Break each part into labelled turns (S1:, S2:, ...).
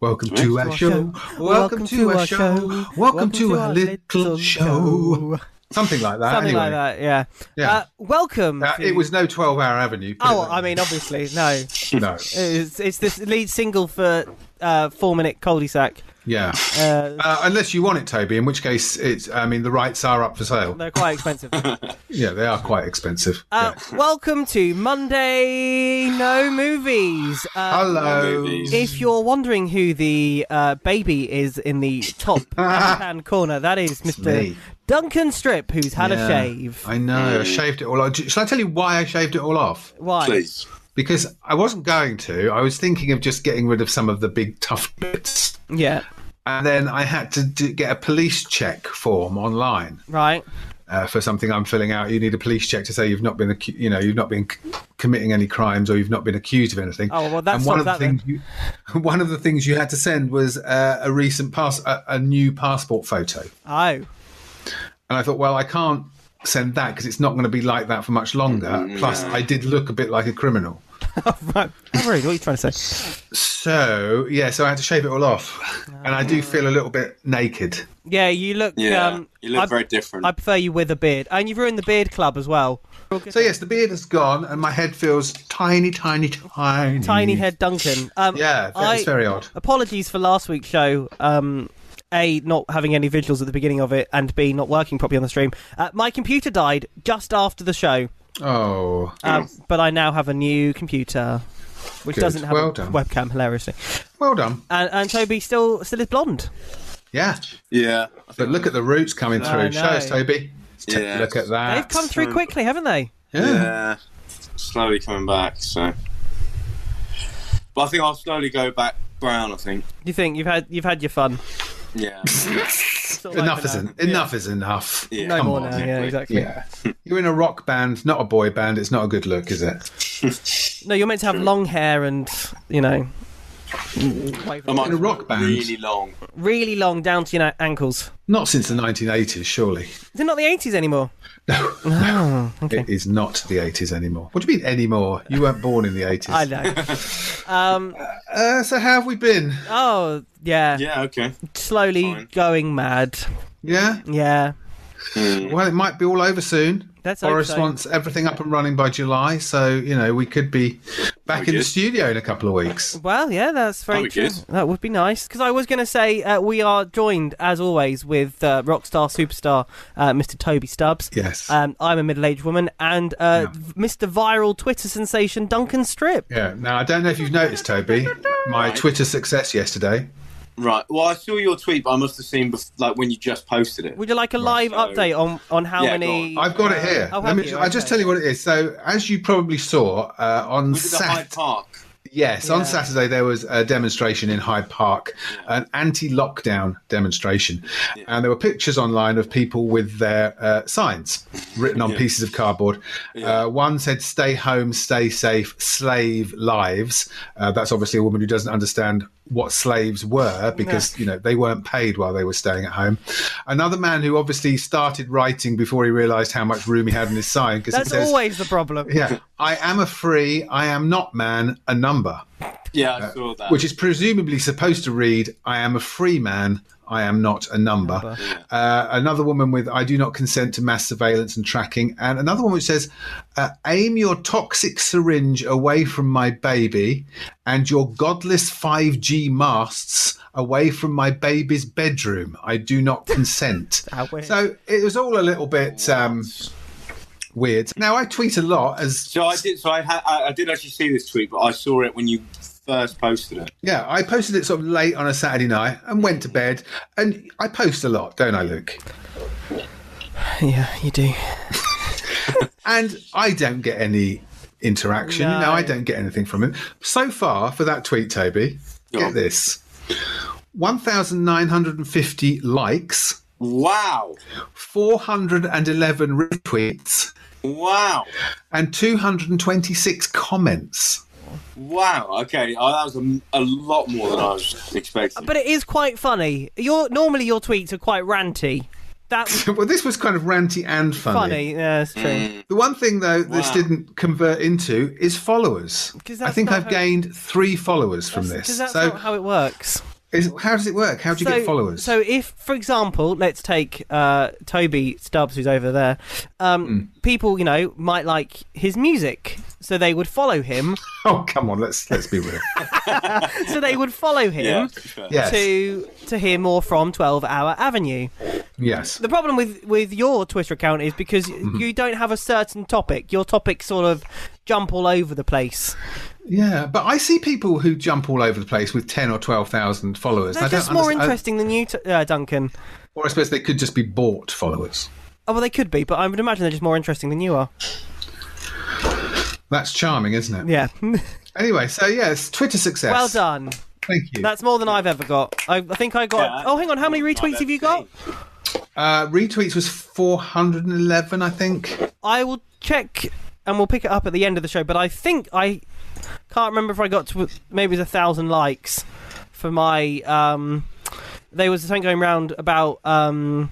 S1: Welcome to our show. Welcome to our show. Welcome to our little show. Something like that.
S2: Something like
S1: anyway,
S2: that, yeah.
S1: Yeah.
S2: Uh, welcome.
S1: Uh,
S2: to-
S1: it was no 12 hour avenue. put it
S2: Oh,
S1: that
S2: I
S1: way.
S2: mean, obviously, no.
S1: no.
S2: It's, it's this lead single for uh, Four Minute Cul-de-sac.
S1: Yeah.
S2: Uh,
S1: Uh, unless you want it, Toby, in which case it's. I mean, the rights are up for sale.
S2: they're quite expensive. Uh,
S1: Yeah, they are quite expensive. yeah.
S2: Welcome to Monday No Movies. Uh,
S1: Hello.
S3: Movies.
S2: if you're wondering who the uh, baby is in the top hand corner, that is Mr.
S1: me.
S2: Duncan Strip, who's had
S1: Yeah.
S2: a shave.
S1: I know. I shaved it all off. Do- Shall I tell you why I shaved it all off?
S2: Why?
S3: Please.
S1: Because I wasn't going to. I was thinking of just getting rid of some of the big tough bits.
S2: Yeah,
S1: And then I had to do, get a police check form online
S2: right.
S1: uh, for something I'm filling out. You need a police check to say you've not been, acu- you know, you've not been c- committing any crimes or you've not been accused of anything.
S2: Oh, well, that
S1: and one
S2: solves
S1: of the
S2: that
S1: things you, one of the things you had to send was uh, a recent pass, a, a new passport photo.
S2: Oh,
S1: And I thought, well, I can't send that because it's not going to be like that for much longer. Plus, I did look a bit like a criminal.
S2: right. I'm worried. What are you trying to say?
S1: So, yeah, so I had to shave it all off. And
S2: Ah.
S1: I do feel a little bit naked.
S2: Yeah, you look.
S3: Yeah,
S2: um,
S3: you look
S2: I-
S3: very different.
S2: I prefer you with a beard, and you've ruined the beard club as well.
S1: So, yes, the beard is gone and my head feels tiny, tiny, tiny.
S2: Tiny head Duncan. Um,
S1: Yeah, it's
S2: I-
S1: very odd.
S2: Apologies for last week's show. Um, a not having any visuals at the beginning of it, and B not working properly on the stream. Uh, my computer died just after the show,
S1: Oh.
S2: um,
S3: Mm.
S2: but I now have a new computer, which
S1: Good.
S2: doesn't have
S1: Well
S2: a
S1: done.
S2: webcam. Hilariously,
S1: Well done.
S2: and, and Toby still still is blonde.
S1: Yeah.
S3: Yeah.
S1: But look at the roots coming
S2: I
S1: through. Show us,
S2: know.
S1: Toby. Let's take a
S3: Yeah.
S1: Look at that.
S2: They've come through
S3: true.
S2: quickly, haven't they?
S1: Yeah.
S3: Yeah. Slowly coming back, so. But I think I'll slowly go back brown, I think.
S2: You think you've had you've had your fun?
S3: Yeah.
S2: Sort of
S1: Enough
S2: like, you know,
S1: isn't enough is enough.
S3: Yeah.
S2: No
S3: Come
S2: more
S1: on,
S2: now. Yeah,
S3: Nick,
S2: exactly.
S1: Yeah. You're in a rock band, not a boy band. It's not a good look, is it?
S2: No, you're meant to have long hair and you know
S3: I might
S1: In a rock band.
S3: Really long.
S2: really long down to your na- ankles.
S1: Not since the 1980s, surely.
S2: Is it not the 80s anymore? Ah,
S1: It is not the 80s anymore. What do you mean anymore? You weren't born in the 80s.
S2: I know.
S1: Uh, so how have we been?
S2: Oh, yeah.
S3: Yeah, okay.
S2: Slowly
S3: Fine.
S2: going mad.
S1: Yeah.
S2: Yeah.
S1: Well, it might be all over soon.
S2: Let's hope
S1: Boris
S2: so.
S1: wants everything up and running by July, so you know we could be back in the
S3: good.
S1: studio in a couple of weeks.
S2: Well, yeah, that's very
S3: That'd be
S2: true.
S3: good.
S2: That would be nice. Because I was going to say uh, we are joined, as always, with uh, rockstar superstar uh, Mr. Toby Stubbs.
S1: Yes.
S2: Um, I'm a middle-aged woman, and uh, v- Mr. Viral Twitter sensation Duncan Strip.
S1: Yeah. Now I don't know if you've noticed, Toby, my Twitter success yesterday.
S3: Right. Well, I saw your tweet, but I must have seen bef- like when you just posted it.
S2: Would you like a live
S3: so-
S2: update on, on how
S3: Yeah,
S2: many?
S3: go on.
S1: I've got it here.
S2: Oh,
S1: Let
S2: have
S1: me.
S2: you?
S1: I'll just
S2: Okay.
S1: tell you what it is. So, as you probably saw uh, on
S3: Was it the Hyde
S1: Saturday,
S3: Park?
S1: Yes,
S2: Yeah.
S1: on Saturday there was a demonstration in Hyde Park, an anti-lockdown demonstration, and there were pictures online of people with their uh, signs written on pieces of cardboard. Uh, one said "Stay home, stay safe, slave lives." Uh, that's obviously a woman who doesn't understand what slaves were because you know they weren't paid while they were staying at home. Another man who obviously started writing before he realised how much room he had in his sign because it
S2: That's
S1: says.
S2: always the problem.
S1: yeah, I am a free, I am not man, a number
S3: Yeah, I saw that.
S1: Uh, which is presumably supposed to read, I am a free man, I am not a number. Uh, another woman with, I do not consent to mass surveillance and tracking. And another one which says, uh, aim your toxic syringe away from my baby and your godless 5G masts away from my baby's bedroom. I do not consent.
S2: How weird.
S1: so it was all a little bit. Um, Weird. Now I tweet a lot as
S3: So I did. So I had. I, I did actually see this tweet, but I saw it when you first posted it.
S1: Yeah, I posted it sort of late on a Saturday night and went to bed. And I post a lot, don't I, Luke?
S2: Yeah, you do.
S1: And I don't get any interaction. No,
S2: No.
S1: I don't get anything from him. So far for that tweet, Toby,
S3: Go
S1: get
S3: on.
S1: this 1,950 likes,
S3: Wow!
S1: 411 retweets,
S3: Wow!
S1: and 226 comments.
S3: Wow! Okay, oh, that was a, a lot more than I was expecting.
S2: But it is quite funny. Your normally your tweets are quite ranty. That was
S1: Well, this was kind of ranty and funny.
S2: funny. Yeah, that's
S3: Mm.
S2: true.
S1: The one thing, though, this
S3: Wow.
S1: didn't convert into is followers.
S2: 'Cause
S1: I
S2: that's
S1: think
S2: not
S1: I've
S2: how-
S1: gained three followers from
S2: Because
S1: this.
S2: that's
S1: So
S2: not how it works.
S1: Is, how does it work? How do you
S2: so,
S1: get followers?
S2: So, if, for example, let's take uh, Toby Stubbs, who's over there, um,
S1: Hmm.
S2: people, you know, might like his music, so they would follow him.
S1: oh, come on, let's let's be real.
S2: so they would follow him
S3: sure.
S1: Yes,
S2: to to hear more from Twelve Hour Avenue.
S1: yes.
S2: The problem with with your Twitter account is because
S1: Mm-hmm.
S2: you don't have a certain topic. Your topics sort of jump all over the place.
S1: Yeah, but I see people who jump all over the place with ten or twelve thousand followers. and
S2: They're
S1: I don't
S2: just more
S1: understand- I-
S2: interesting than you, t- uh, Duncan.
S1: or I suppose they could just be bought followers.
S2: Oh well, they could be, but I would imagine they're just more interesting than you are.
S1: That's charming, isn't it?
S2: Yeah.
S1: Anyway, so yes, Twitter success.
S2: well done.
S1: Thank you.
S2: That's more than I've ever got. I, I think I got.
S3: Yeah.
S2: oh, hang on. How many retweets have you got?
S1: Uh, retweets was four hundred and eleven, I think.
S2: I will check and we'll pick it up at the end of the show. But I think I can't remember if I got to maybe it was a thousand likes for my. Um, there was something going round about um,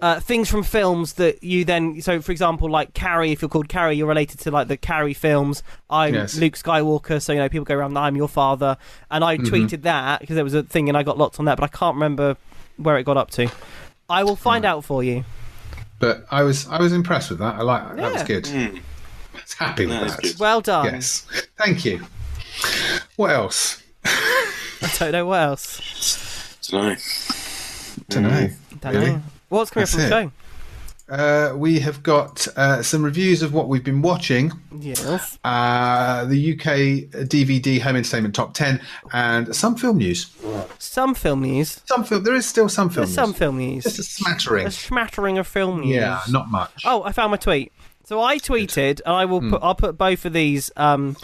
S2: uh, things from films that you then. So, for example, like Carrie. If you're called Carrie, you're related to like the Carrie films. I'm
S1: Yes.
S2: Luke Skywalker, so you know people go around. I'm your father, and I
S1: Mm-hmm.
S2: tweeted that because there was a thing, and I got lots on that, but I can't remember where it got up to. I will find out for you.
S1: But I was I was impressed with that. I like that. That was
S2: Yeah.
S1: good. I was happy with
S3: Mm. That is
S1: that.
S3: good.
S2: Well done.
S1: Yes. Thank you. What else?
S2: don't know what else.
S3: Dunno. Mm.
S1: Don't know.
S2: Don't
S1: Really?
S2: know. What's coming up from the
S1: That's
S2: show?
S1: Uh, we have got uh, some reviews of what we've been watching.
S2: Yes.
S1: Uh, the UK DVD Home Entertainment Top 10 and some film news.
S2: Some film news.
S1: Some film. There is still some film.
S2: There's some
S1: news.
S2: film news.
S1: Just a smattering.
S2: A smattering of film news.
S1: Yeah, not much.
S2: Oh, I found my tweet. So I tweeted, and I will
S1: Hmm.
S2: put I'll put both of these um,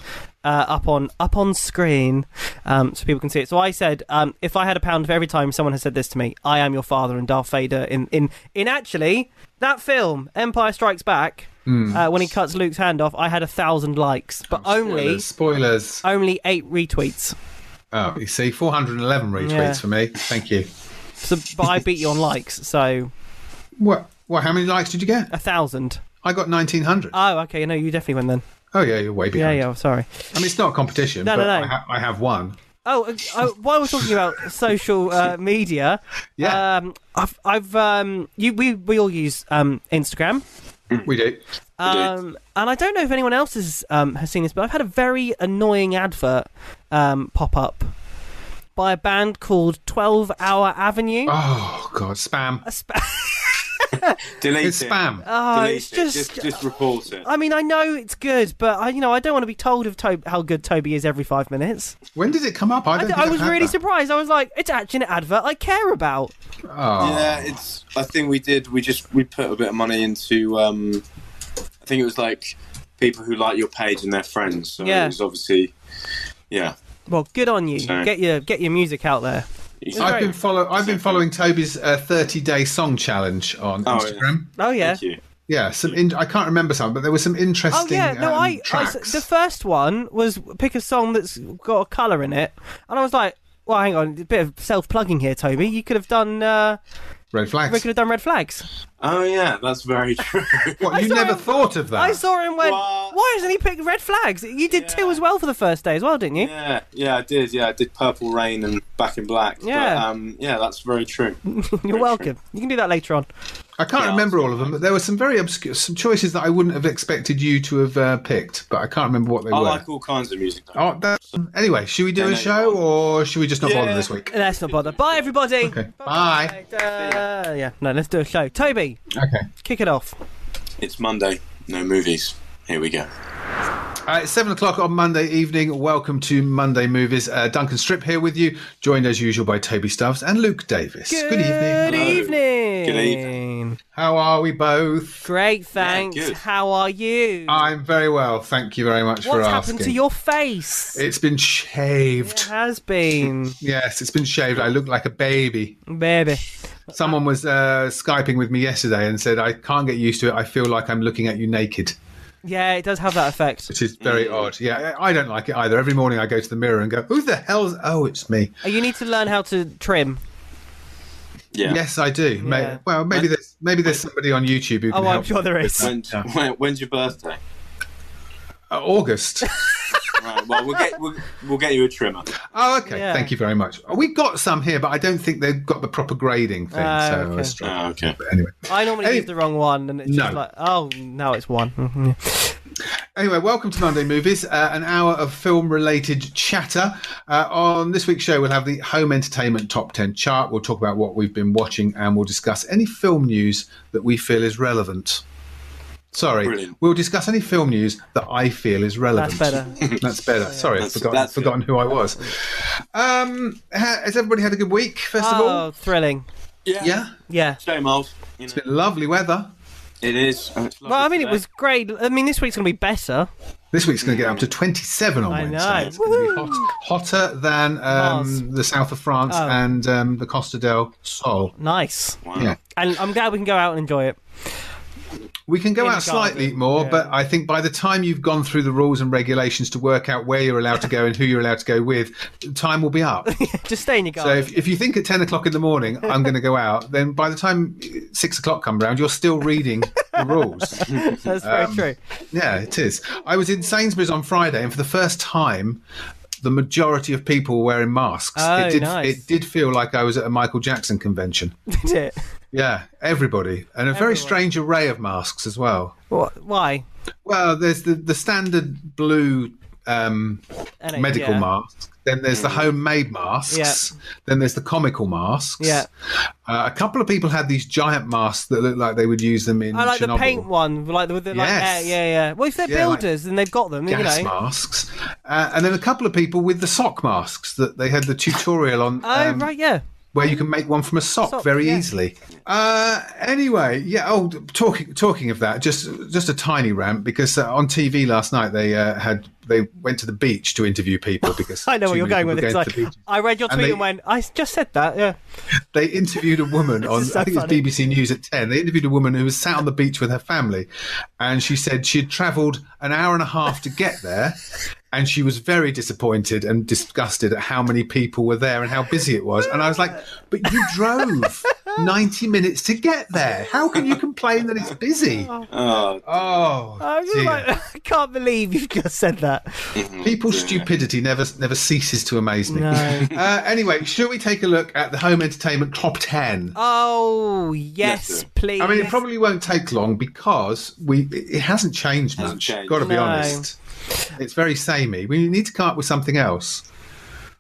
S2: uh, up on up on screen um, so people can see it. So I said, um, if I had a pound for every time someone has said this to me, I am your father and Darth Vader in in in actually that film Empire Strikes Back.
S1: Hmm.
S2: Uh, when he cuts Luke's hand off, I had a thousand likes, but
S1: Oh,
S2: only
S1: Spoilers. Spoilers.
S2: only eight retweets.
S1: Oh, you see, 411 retweets
S2: Yeah.
S1: for me. Thank you.
S2: So, but I beat you on likes, so
S1: What? What? How many likes did you get?
S2: a thousand.
S1: I got 1900.
S2: Oh, okay. No, you definitely win then.
S1: oh yeah, you're way
S2: Yeah,
S1: behind.
S2: yeah. Sorry.
S1: I mean, it's not a competition,
S2: No,
S1: but
S2: no, no.
S1: I, ha- I have one.
S2: Oh, uh, uh, while we're talking about social uh, media,
S1: Yeah.
S2: um, I've, I've, um, you, we, we all use um, Instagram, Uh,
S1: We do.
S3: do.
S2: um, and I don't know if anyone else has um, has seen this, but I've had a very annoying advert um, pop up by a band called Twelve Hour Avenue.
S1: Oh god, spam.
S2: A spa-
S3: Delete
S1: It's
S3: it.
S1: spam.
S2: Oh,
S3: Delete
S2: it's
S3: it.
S2: just,
S3: just just report it.
S2: I mean, I know it's good, but I, you know, I don't want to be told of to- how good Toby is every five minutes.
S1: when did it come up? I
S2: I,
S1: don't.
S2: d-
S1: think
S2: I was
S1: I've had
S2: really
S1: that.
S2: surprised. I was like, it's actually an advert I care about.
S1: Oh.
S2: Ah.
S3: Yeah, it's. I think we did. We just we put a bit of money into. Um, I think it was like people who like your page and their friends. So
S2: Yeah.
S3: it was obviously. Yeah,
S2: Well, good on you.
S3: Sorry.
S2: Get your get your music out there.
S3: Thank
S1: I've
S2: Sorry.
S1: been follow. I've been following Toby's uh, thirty-day song challenge on
S3: Oh, yeah.
S1: Instagram.
S2: Oh yeah.
S3: you.
S1: Yeah, some. In- I can't remember some, but there were some
S2: Oh
S1: interesting.
S2: yeah. No,
S1: um,
S2: I, I
S1: tracks.
S2: the first one was pick a song that's got a colour in it, and I was like, well, hang on, a bit of self plugging here, Toby. You could have done. Uh,
S1: red flags.
S2: we could have done red flags.
S3: Oh yeah, that's very true.
S1: What you
S2: saw
S1: never
S2: him-
S1: thought of that?
S2: I saw him went.
S3: Ah. What?
S2: Why hasn't he picked red flags? You did two
S3: Yeah.
S2: as well for the first day as well, didn't you?
S3: yeah, yeah, I did. Yeah, I did Purple Rain and Back in Black.
S2: Yeah.
S3: but, um, yeah, that's very true.
S2: You're welcome. You can do that later on.
S1: I can't
S3: Yeah,
S1: remember
S3: I saw
S1: all of them, but there were some very obscure, some choices that I wouldn't have expected you to have uh, picked, but I can't remember what they
S3: I
S1: were.
S3: like all kinds of music. Though.
S1: Oh, that, anyway, should we do
S3: Yeah,
S1: a
S3: no,
S1: show
S3: you're on.
S1: or should we just not bother
S3: Yeah.
S1: this week?
S2: Let's not bother. Bye everybody.
S1: Okay. Bye.
S2: Uh, yeah. No, let's do a show. Toby,
S1: Okay.
S2: kick it off.
S3: It's Monday. No movies. Here we go.
S1: Uh, it's seven o'clock on Monday evening. Welcome to Monday Movies. Uh, Duncan Strip here with you, joined as usual by Toby Stubbs and Luke Davis. Good,
S2: Good
S1: evening.
S3: Hello.
S2: evening.
S3: Good evening.
S1: How are we both?
S2: Great, thanks.
S3: good.
S2: How are you?
S1: I'm very well. Thank you very much for
S2: What's
S1: asking.
S2: happened to your face?
S1: It's been
S2: It
S1: shaved.
S2: has been,
S1: Yes, it's been shaved. I look like a baby.
S2: baby.
S1: Someone was uh, skyping with me yesterday and said, "I can't get used to it. I feel like I'm looking at you naked,"
S2: Yeah, it does have that effect.
S1: which is very
S2: Mm.
S1: odd. Yeah, I I don't like it either. Every morning I go to the mirror and go, "Who the hell's? Oh, it's me."
S2: Uh, You need to learn how to trim.
S3: Yeah.
S1: Yes, I do. May-
S2: Yeah.
S1: well, maybe there's maybe there's somebody on YouTube who can
S2: Oh, I'm
S1: help.
S2: sure there is.
S3: When, when, when's your birthday?
S1: Uh, August.
S3: right. Well, we'll get we'll, we'll get you a trimmer.
S1: Oh, okay.
S2: Yeah.
S1: Thank you very much. We've got some here, but I don't think they've got the proper grading thing.
S2: Ah,
S1: so
S2: okay.
S1: I struggle.
S3: Ah, okay.
S1: But anyway,
S2: I normally
S1: Hey.
S2: use the wrong one, and it's just
S1: No.
S2: like, oh, now it's one. Mhm.
S1: anyway, welcome to Monday Movies, uh, an hour of film-related chatter. Uh, on this week's show, we'll have the home entertainment top ten chart. We'll talk about what we've been watching, and we'll discuss any film news that we feel is relevant. Sorry,
S3: Brilliant.
S1: we'll discuss any film news that I feel is relevant.
S2: That's better.
S1: That's better. Sorry, I've
S3: That's-
S1: forgotten,
S3: that's good.
S1: forgotten who I was. Um, ha- has everybody had a good week? First of all,
S2: oh, thrilling.
S3: Yeah.
S1: yeah,
S2: Yeah.
S3: Same old. You know,
S1: it's been lovely weather.
S3: it is. and it's
S2: Well, I
S3: lovely
S2: mean, it
S3: today.
S2: was great. I mean, this week's going to be better.
S1: This week's going to get up to 27 on
S2: I
S1: Wednesday.
S2: know.
S1: It's going to be hot, hotter than
S2: Mars.
S1: um, the south of France
S2: Oh.
S1: and um, the Costa del Sol.
S2: Nice.
S3: Wow.
S1: Yeah.
S2: And I'm glad we can go out and enjoy it.
S1: We can go
S2: In
S1: out
S2: the
S1: slightly
S2: garden,
S1: more,
S2: yeah.
S1: but I think by the time you've gone through the rules and regulations to work out where you're allowed to go and who you're allowed to go with, time will be up.
S2: just stay in your
S1: So
S2: garden.
S1: if, if you think at 10 o'clock in the morning, I'm going to go out, then by the time six o'clock comes round, you're still reading the rules.
S2: That's very
S1: Um,
S2: true.
S1: Yeah, it is. I was in Sainsbury's on Friday, and for the first time, the majority of people were wearing masks.
S2: Oh,
S1: it did.
S2: nice.
S1: It did feel like I was at a Michael Jackson convention.
S2: Did it?
S1: Yeah, everybody, and a
S2: Everyone.
S1: very strange array of masks as well.
S2: What? Why?
S1: Well, there's the the standard blue um,
S2: NH,
S1: medical
S2: yeah. Mm.
S1: mask. Then there's the homemade masks.
S2: Yeah.
S1: Then there's the comical masks.
S2: Yeah.
S1: Uh, a couple of people had these giant masks that looked like they would use them in
S2: I like
S1: Chernobyl.
S2: the paint one, like the, with the like,
S1: Yes.
S2: air, yeah, yeah. Well, if they're
S1: Yeah, like
S2: builders, then they've got them, you
S1: gas
S2: know.
S1: masks, uh, and then a couple of people with the sock masks that they had the tutorial on
S2: Oh,
S1: um,
S2: right, yeah.
S1: where you can make one from a sock,
S2: Sock,
S1: very
S2: yeah.
S1: easily. Uh, anyway, yeah. Oh, talking talking of that, just just a tiny rant because uh, on TV last night they uh, had they went to the beach to interview people because
S2: I know
S1: too
S2: where you're
S1: many
S2: going with
S1: people
S2: this.
S1: go to
S2: Like,
S1: the beach.
S2: I read your
S1: And
S2: tweet and,
S1: they-
S2: went, I s- just said that, yeah.
S1: they interviewed a woman on
S2: is so
S1: I think
S2: funny.
S1: it was BBC News at 10. They interviewed a woman who was sat on the beach with her family and she said she had traveled an hour and a half to get there and she was very disappointed and disgusted at how many people were there and how busy it was and I was like but you drove 90 minutes to get there how can you complain that it's busy
S3: Oh,
S1: oh
S2: I was just
S1: dear.
S2: like, I can't believe you've just said that.
S1: people's stupidity never never ceases to amaze me
S2: No.
S1: uh, anyway should we take a look at the home entertainment top 10
S2: Oh, yes,
S3: Yes, sir.
S2: please.
S1: I mean, it probably won't take long because we it it hasn't changed
S3: Hasn't
S1: much.
S3: changed.
S1: Got to be
S2: No.
S1: honest, it's very samey. We need to come up with something else.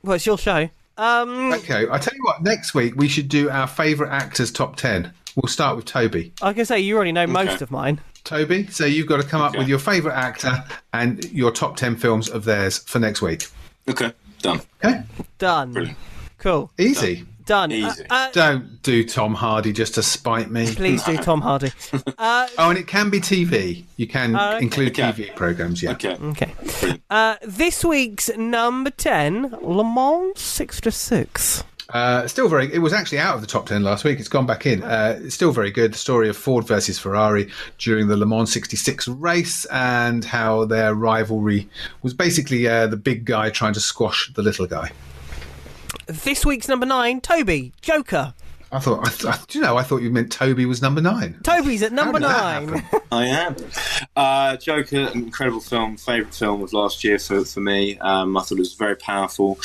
S2: Well, it's your show. Um,
S1: Okay, I tell you what. Next week we should do our favourite actors top ten. We'll start with Toby.
S2: I can say you already know most
S3: Okay.
S2: of mine.
S1: Toby, so you've got to come up
S3: Okay.
S1: with your favourite actor and your top ten films of theirs for next week.
S3: okay. Done.
S1: Okay,
S2: Done.
S3: Brilliant.
S2: Cool.
S1: easy.
S2: Done.
S3: Easy.
S2: Uh, uh,
S1: Don't do Tom Hardy just to spite me.
S2: please do Tom Hardy.
S1: Oh, and it can be TV. You can
S2: Oh, okay.
S1: include
S3: Okay.
S1: TV programs. Yeah.
S3: Okay.
S2: Okay. Uh, this week's number 10, Le Mans 6 to 6.
S1: Uh, still very. It was actually out of the top ten last week. It's gone back in. Uh, it's still very good. The story of Ford versus Ferrari during the Le Mans '66 race and how their rivalry was basically uh, the big guy trying to squash the little guy.
S2: This week's number 9, Toby, Joker.
S1: I thought. I, th- I, do you know? I thought you meant Toby was number nine.
S2: Toby's at number
S1: did that
S2: 9.
S3: I am. Uh, Joker, an incredible film, favourite film of last year for, for me. Um, I thought it was very powerful.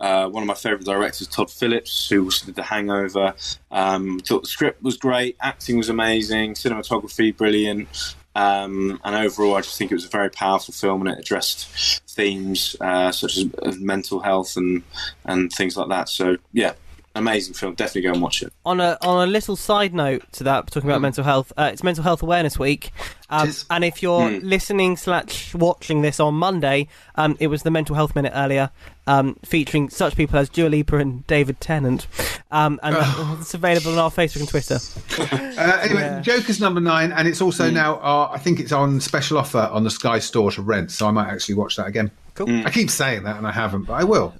S3: Uh, one of my favourite directors, Todd Phillips, who also did The Hangover. Um, thought the script was great, acting was amazing, cinematography brilliant. Um, and overall, I just think it was a very powerful film, and it addressed themes uh, such as, as mental health and and things like that. So, yeah, amazing film. Definitely go and watch it.
S2: on a on a little side note to that, talking about mental health, uh, it's Mental Health Awareness Week,
S1: Hmm.
S2: um,
S1: Tis. Hmm.
S2: and if you're listening slash watching this on Monday, um, it was the Mental Health Minute earlier, um, featuring such people as Dua Lipa and David Tennant, um, and it's available on our Facebook and Twitter.
S1: Uh, anyway,
S2: Yeah.
S1: Joker's number nine, and it's also now. Uh, I think it's on special offer on the Sky Store to rent. So I might actually watch that again.
S2: Cool.
S1: I keep saying that, and I haven't, but I will.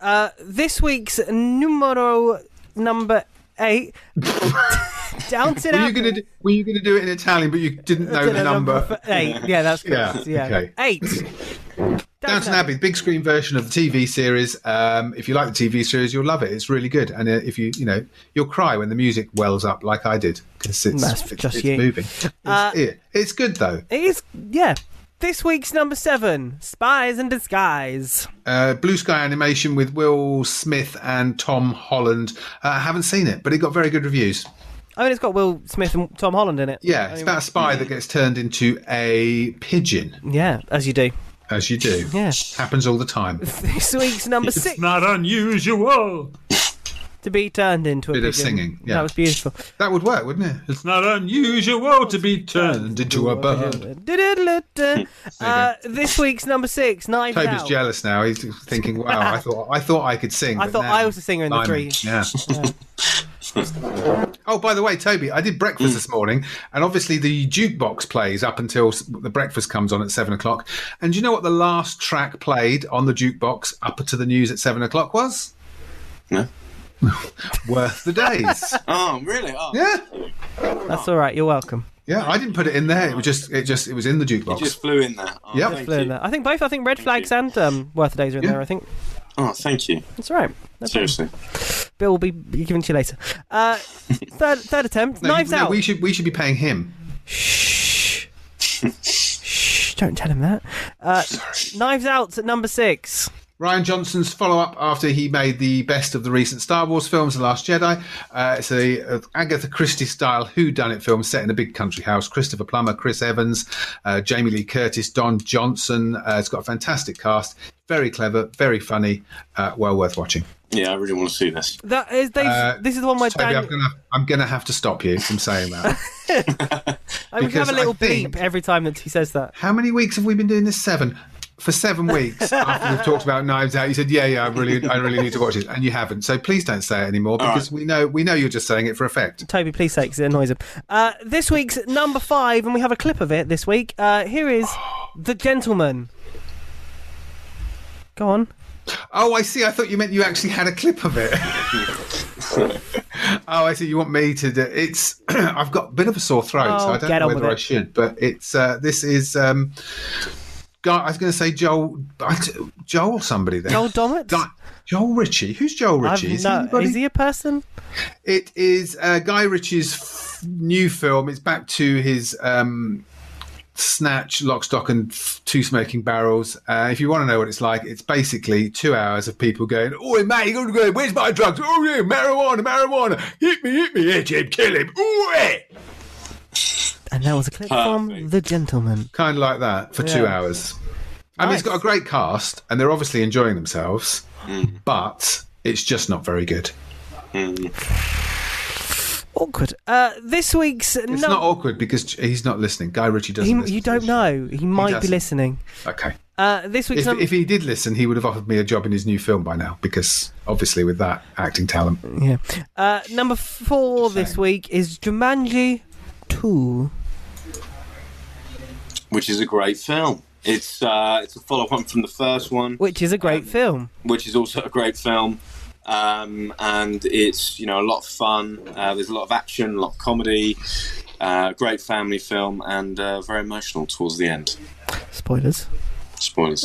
S2: Uh, this week's numero number eight, Downton
S1: Were you
S2: Abbey.
S1: going to? Were you going to do it in Italian, but you didn't know the number?
S2: for eight. Yeah, that's correct.
S1: Yeah,
S2: Yeah,
S1: okay.
S2: eight.
S1: Downton Abbey, big screen version of the TV series. Um, if you like the TV series, you'll love it. It's really good, and uh, if you you know you'll cry when the music wells up like I did because it's
S2: That's
S1: it's,
S2: just
S1: it's
S2: you. Uh,
S1: moving. It's, yeah, it's good though.
S2: It is, yeah. This week's number seven Spies in Disguise.
S1: Uh, Blue Sky Animation with Will Smith and Tom Holland. Uh, I haven't seen it, but it got very good reviews.
S2: I mean, it's got Will Smith and Tom Holland in it.
S1: Yeah, it's about a spy that gets turned into a pigeon,
S2: Yeah, as you do.
S1: as you do.
S2: Yeah.
S1: Happens all the time.
S2: This week's number six
S4: Not unusual.
S2: to be turned into a
S1: Bit of
S2: pigeon.
S1: singing, yeah.
S2: That was beautiful.
S1: That would work, wouldn't it? It's
S4: It's not unusual to be turned.
S1: turned into a bird.
S2: Du-du-du-du-du. Uh, this week's number six, Knives
S1: Toby's
S2: Out.
S1: jealous now. He's thinking, "Wow, I thought I thought I could sing."
S2: I
S1: but
S2: thought
S1: now-
S2: I was a singer in the
S1: Blimey,
S2: three.
S1: Yeah. oh, by the way, Toby, I did
S3: Mm.
S1: breakfast this morning, and obviously the jukebox plays up until s- the breakfast comes on at seven o'clock. And do you know what the last track played on the jukebox up to the news at seven o'clock was?
S3: No.
S1: Worth the days.
S3: Oh, really? Oh,
S1: yeah,
S2: That's all right. You're welcome.
S1: yeah. I didn't put it in there. It was just, it just, it was in the
S3: You
S1: jukebox.
S3: just flew in there. Oh,
S1: Yep.
S3: thank
S2: Flew in
S3: you.
S2: there. I think both. I think Red Flags and um, Worth the Days are in
S1: Yeah.
S2: there. I think
S3: Oh, thank you.
S2: that's all right. No problem.
S3: Seriously.
S2: Bill will be given to you later. Uh, third, third attempt.
S1: No,
S2: Knives
S1: no,
S2: Out.
S1: We should, we should be paying him.
S2: Shh. Shh. Don't tell him that. Uh, Knives Out at number six.
S1: Ryan Johnson's follow up after he made the best of the recent Star Wars films, The Last Jedi. Uh, it's a uh, Agatha Christie style Who Done It film set in a big country house. Christopher Plummer, Chris Evans, uh, Jamie Lee Curtis, Don Johnson. Uh, it's got a fantastic cast, very clever, very funny, uh, well worth watching.
S3: Yeah, I really want to see this.
S2: That is. They've, this is the one where
S1: Uh, Toby, I'm
S2: Dan.
S1: gonna I'm gonna have to stop you from saying that.
S2: I'm gonna have
S1: because
S2: a
S1: I
S2: little
S1: think-
S2: beep every time that he says that.
S1: How many weeks have we been doing this? Seven. For seven weeks after we've talked about Knives Out, you said, "Yeah, yeah, I really, I really need to watch it," and you haven't. So please don't say it anymore because we know, we know you're just saying it for effect.
S2: Toby, please say it 'cause it annoys him. Uh, this week's number five, and we have a clip of it this week. Uh, here is the gentleman. Go on.
S1: Oh, I see. I thought you meant you actually had a clip of it. oh, I see. You want me to do it's? I've got a bit of a sore throat, so
S2: Oh,
S1: I don't
S2: get
S1: know
S2: on
S1: whether
S2: with
S1: I
S2: it.
S1: should. But it's uh, this is. Um, Guy, I was going to say Joel, I- Joel somebody there.
S2: Joel Dommett?
S1: Guy- Joel Ritchie. Who's Joel
S2: I've
S1: Ritchie? Is,
S2: no-
S1: he anybody?
S2: is he a person?
S1: It is uh, Guy Ritchie's f- new film. It's back to his um, Snatch, Lock, Stock, and f- Two Smoking Barrels. Uh, if you want to know what it's like, it's basically two hours of people going, "Oh, mate, you're going, where's my drugs? Oh, yeah, marijuana, marijuana, hit me, hit me, hit him, kill him, ooh, eh."
S2: And that was a clip from
S3: Perfect.
S2: the gentleman.
S1: Kind of like that for two
S2: Yeah.
S1: hours. I mean, it's
S2: Nice. Mm.
S1: got a great cast, and they're obviously enjoying themselves, but it's just not very good.
S2: Awkward. Uh, this week's
S1: It's
S2: num-
S1: not awkward because he's not listening. Guy Ritchie doesn't.
S2: He-
S1: listen
S2: you
S1: to
S2: don't
S1: this.
S2: know. He might be
S1: doesn't.
S2: listening.
S1: Okay.
S2: Uh, this week's
S1: If,
S2: num-
S1: if he did listen, he would have offered me a job in his new film by now, because obviously with that acting talent.
S2: yeah. Uh, number four this week is Jumanji Two.
S3: which is a great film. It's uh, it's a follow up from the first one,
S2: which is a great
S1: Um,
S2: film.
S3: which is also a great film, um, and it's you know a lot of fun. Uh, there's a lot of action, a lot of comedy, uh, great family film, and uh, very emotional towards the end.
S2: Spoilers.
S3: Spoilers.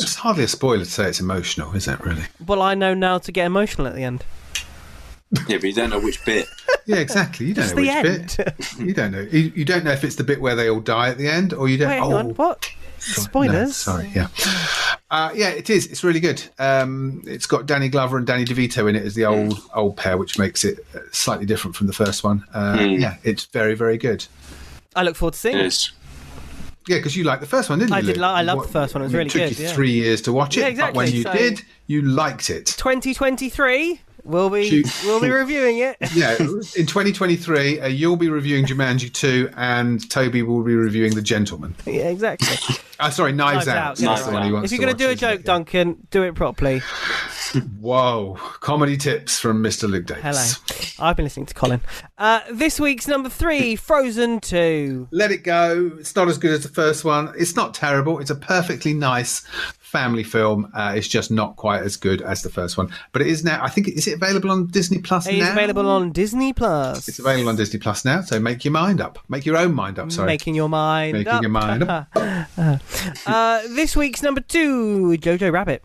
S1: It's hardly a spoiler to say it's emotional, is it? Really?
S2: Well, I know now to get emotional at the end.
S3: yeah, but you don't know which bit.
S1: Yeah, exactly. You don't know
S2: the
S1: which
S2: end.
S1: bit. You don't know. You, you don't know if it's the bit where they all die at the end, or you don't.
S2: Wait, hang
S1: oh,
S2: on. What?
S1: no,
S2: Spoilers.
S1: sorry. Yeah. Uh, yeah, it is. It's really good. Um, it's got Danny Glover and Danny DeVito in it as the
S2: Hmm.
S1: old old pair, which makes it uh, slightly different from the first one. Uh, Yeah, it's very very good.
S2: I look forward to seeing it.
S3: Yes.
S1: Yeah, because you liked the first one, didn't
S2: I
S1: you?
S2: did
S1: Luke?
S2: li- I loved
S1: What-
S2: the first one. It was really
S1: took
S2: good,
S1: you
S2: yeah.
S1: three years to watch it,
S2: Yeah,
S1: but when
S2: exactly,
S1: you
S2: so-
S1: did, you liked it.
S2: 2023. We'll be
S1: Shoot.
S2: we'll be reviewing it.
S1: yeah, in 2023, uh, you'll be reviewing Jumanji 2, and Toby will be reviewing The Gentleman.
S2: yeah, exactly.
S1: Uh, sorry, Knives,
S2: Knives
S1: Out.
S2: Out,
S1: That's
S3: yeah.
S1: the one he wants
S2: if you're
S1: to
S2: gonna
S1: watch,
S2: do
S1: isn't
S2: a
S1: it?
S2: joke, Duncan, do it properly.
S1: Whoa, comedy tips from Mr. Luke Davis.
S2: Hello. I've been listening to Colin. Uh, this week's number three, Frozen Two.
S1: Let it go. It's not as good as the first one. It's not terrible. It's a perfectly nice family film. Uh, it's just not quite as good as the first one. But it is now, I think, is it available on Disney Plus
S2: It
S1: now?
S2: is available on Disney Plus.
S1: It's available on Disney Plus now, so make your mind up. Make your own mind up, sorry.
S2: Making your mind
S1: Making
S2: up.
S1: your mind up.
S2: Uh, this week's number two, Jojo Rabbit.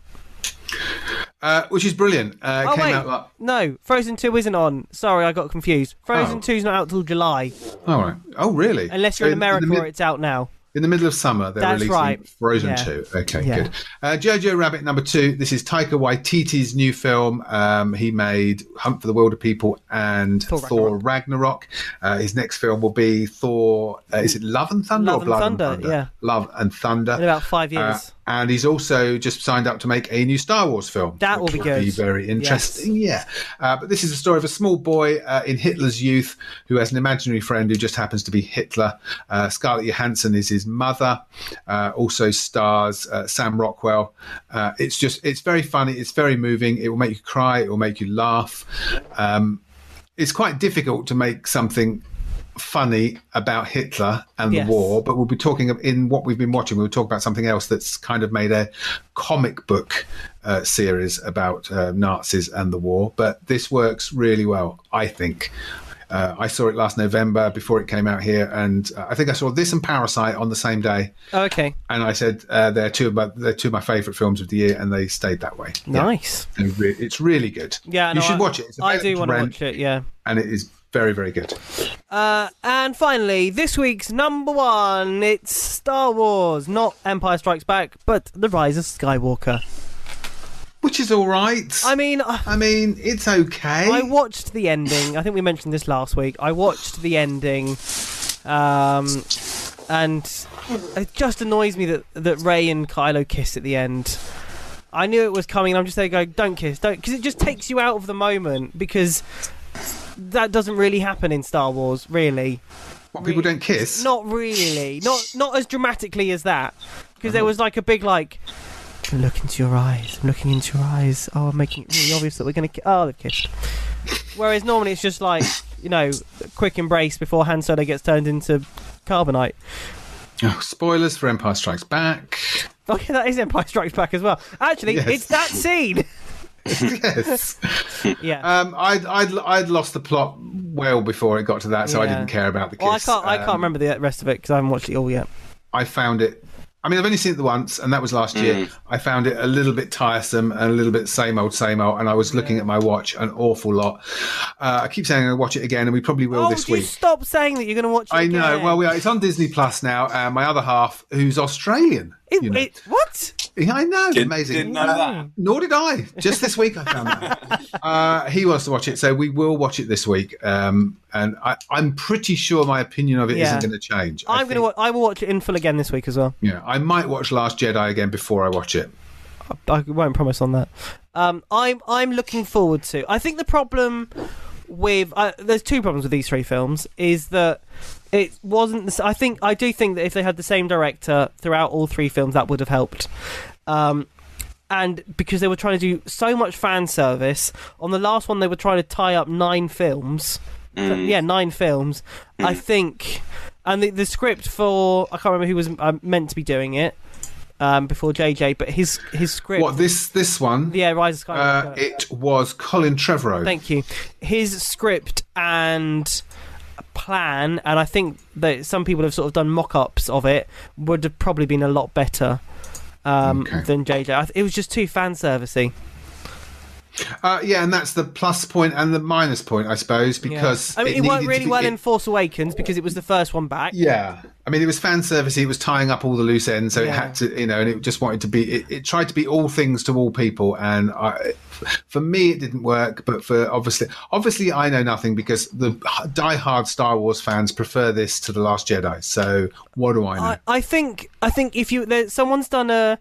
S1: Uh, which is brilliant. Uh, it
S2: Oh
S1: came
S2: wait,
S1: out like,
S2: no, Frozen Two isn't on. Sorry, I got confused. Frozen
S1: Oh.
S2: Two's not out till July,
S1: All right. Oh, really?
S2: unless you're
S1: So
S2: in America
S1: the mid-
S2: or it's out now.
S1: In the middle of summer, they're
S2: That's
S1: releasing
S2: right.
S1: Frozen
S2: Yeah.
S1: 2. Okay,
S2: Yeah.
S1: good. Uh, Jojo Rabbit number two. This is Taika Waititi's new film. Um, he made Hunt for the Wilder People and Thor
S2: Thor
S1: Ragnarok. Uh, his next film will be Thor. Uh, is it Love and Thunder
S2: Love
S1: or
S2: and
S1: Blood and
S2: Thunder,
S1: Thunder?
S2: yeah.
S1: Love and Thunder.
S2: in about five years.
S1: Uh, and he's also just signed up to make a new Star Wars film.
S2: That will
S1: which
S2: be
S1: would
S2: good.
S1: Be very interesting. Yeah. Uh, but this is the story of a small boy uh, in Hitler's youth who has an imaginary friend who just happens to be Hitler. Uh, Scarlett Johansson is his mother. Uh, also stars uh, Sam Rockwell. Uh, it's just it's very funny. It's very moving. It will make you cry. It will make you laugh. Um, it's quite difficult to make something funny about Hitler and
S2: Yes.
S1: the war, but we'll be talking of- in what we've been watching. We'll talk about something else that's kind of made a comic book uh, series about uh, Nazis and the war. But this works really well, I think. Uh, I saw it last November before it came out here, and uh, I think I saw this and Parasite on the same day.
S2: Oh, okay,
S1: And I said uh, they're two of my they're two of my favourite films of the year, and they stayed that way.
S2: nice.
S1: They're re- it's really good.
S2: Yeah,
S1: you
S2: no,
S1: should
S2: I,
S1: watch it. It's
S2: I
S1: available
S2: do
S1: to
S2: want to
S1: rent,
S2: watch it. Yeah.
S1: and it is very very good.
S2: Uh, and finally, this week's number one, it's Star Wars, not Empire Strikes Back, but The Rise of Skywalker.
S1: Which is all right.
S2: I mean, I,
S1: I mean, it's okay.
S2: I watched the ending. I think we mentioned this last week. I watched the ending, um, and it just annoys me that that Ray and Kylo kiss at the end. I knew it was coming. and I'm just there going, don't kiss, don't, because it just takes you out of the moment because that doesn't really happen in Star Wars, really.
S1: What, people don't kiss.
S2: Not really. Not not as dramatically as that. Because there was like a big like. Look into your eyes. I'm looking into your eyes. Oh, I'm making it really obvious that we're gonna. Ki- oh, they've kissed. Whereas normally it's just like you know, a quick embrace before Han Solo gets turned into carbonite.
S1: Oh, spoilers for Empire Strikes Back.
S2: Okay, Oh, that is Empire Strikes Back as well. Actually,
S1: Yes.
S2: it's that scene.
S1: yes.
S2: yeah.
S1: Um, I'd, I'd, I'd lost the plot well before it got to that, so I
S2: Yeah.
S1: didn't care about the kiss.
S2: well, I can't. I can't
S1: Um,
S2: remember the rest of it because I haven't watched it all yet.
S1: I found it. I mean, I've only seen it once, and that was last year. I found it a little bit tiresome and a little bit same old, same old. And I was looking at my watch an awful lot. Uh, I keep saying I'm going to watch it again, and we probably will
S2: oh,
S1: this
S2: do you
S1: week.
S2: stop saying that you're going to watch it?
S1: I know.
S2: again?
S1: Well, we are, it's on Disney Plus now. And my other half, who's Australian,
S2: It-
S1: you know.
S2: it- what?
S1: Yeah, I know.
S3: Didn't-
S1: Amazing.
S3: Didn't know that.
S1: Nor did I. Just this week I found that. Uh, he wants to watch it, so we will watch it this week. Um, and I, I'm pretty sure my opinion of it
S2: Yeah.
S1: not going to change. I
S2: I'm going to.
S1: think-
S2: Wa- I will watch it in full again this week as well.
S1: Yeah, I might watch Last Jedi again before I watch it.
S2: I won't promise on that. Um, I'm I'm looking forward to. I think the problem with uh, there's two problems with these three films is that it wasn't. The, s- I think I do think that if they had the same director throughout all three films, that would have helped. Um, and because they were trying to do so much fan service on the last one, they were trying to tie up nine films. Yeah, nine films. I think, and the, the script for I can't remember who was um, meant to be doing it um, before JJ, but his his script.
S1: What this this one?
S2: Yeah, Rise of
S1: uh,
S2: Skywalker.
S1: it was Colin Trevorrow.
S2: Thank you. His script and plan, and I think that some people have sort of done mock-ups of it, would have probably been a lot better um,
S1: Okay.
S2: than JJ. I th- it was just too fan servicey.
S1: uh, yeah, and that's the plus point and the minus point, I suppose, because
S2: I mean, it,
S1: needed
S2: worked
S1: to
S2: really
S1: be-
S2: well
S1: it-
S2: in Force Awakens because it was the first one back.
S1: Yeah, I mean, it was fan service. It was tying up all the loose ends, so it
S2: Yeah.
S1: had to, you know, and it just wanted to be. It, it tried to be all things to all people, and I, for me, it didn't work. But for obviously, obviously, I know nothing because the die-hard Star Wars fans prefer this to the Last Jedi. So what do I know?
S2: I, I think I think if you there, someone's done a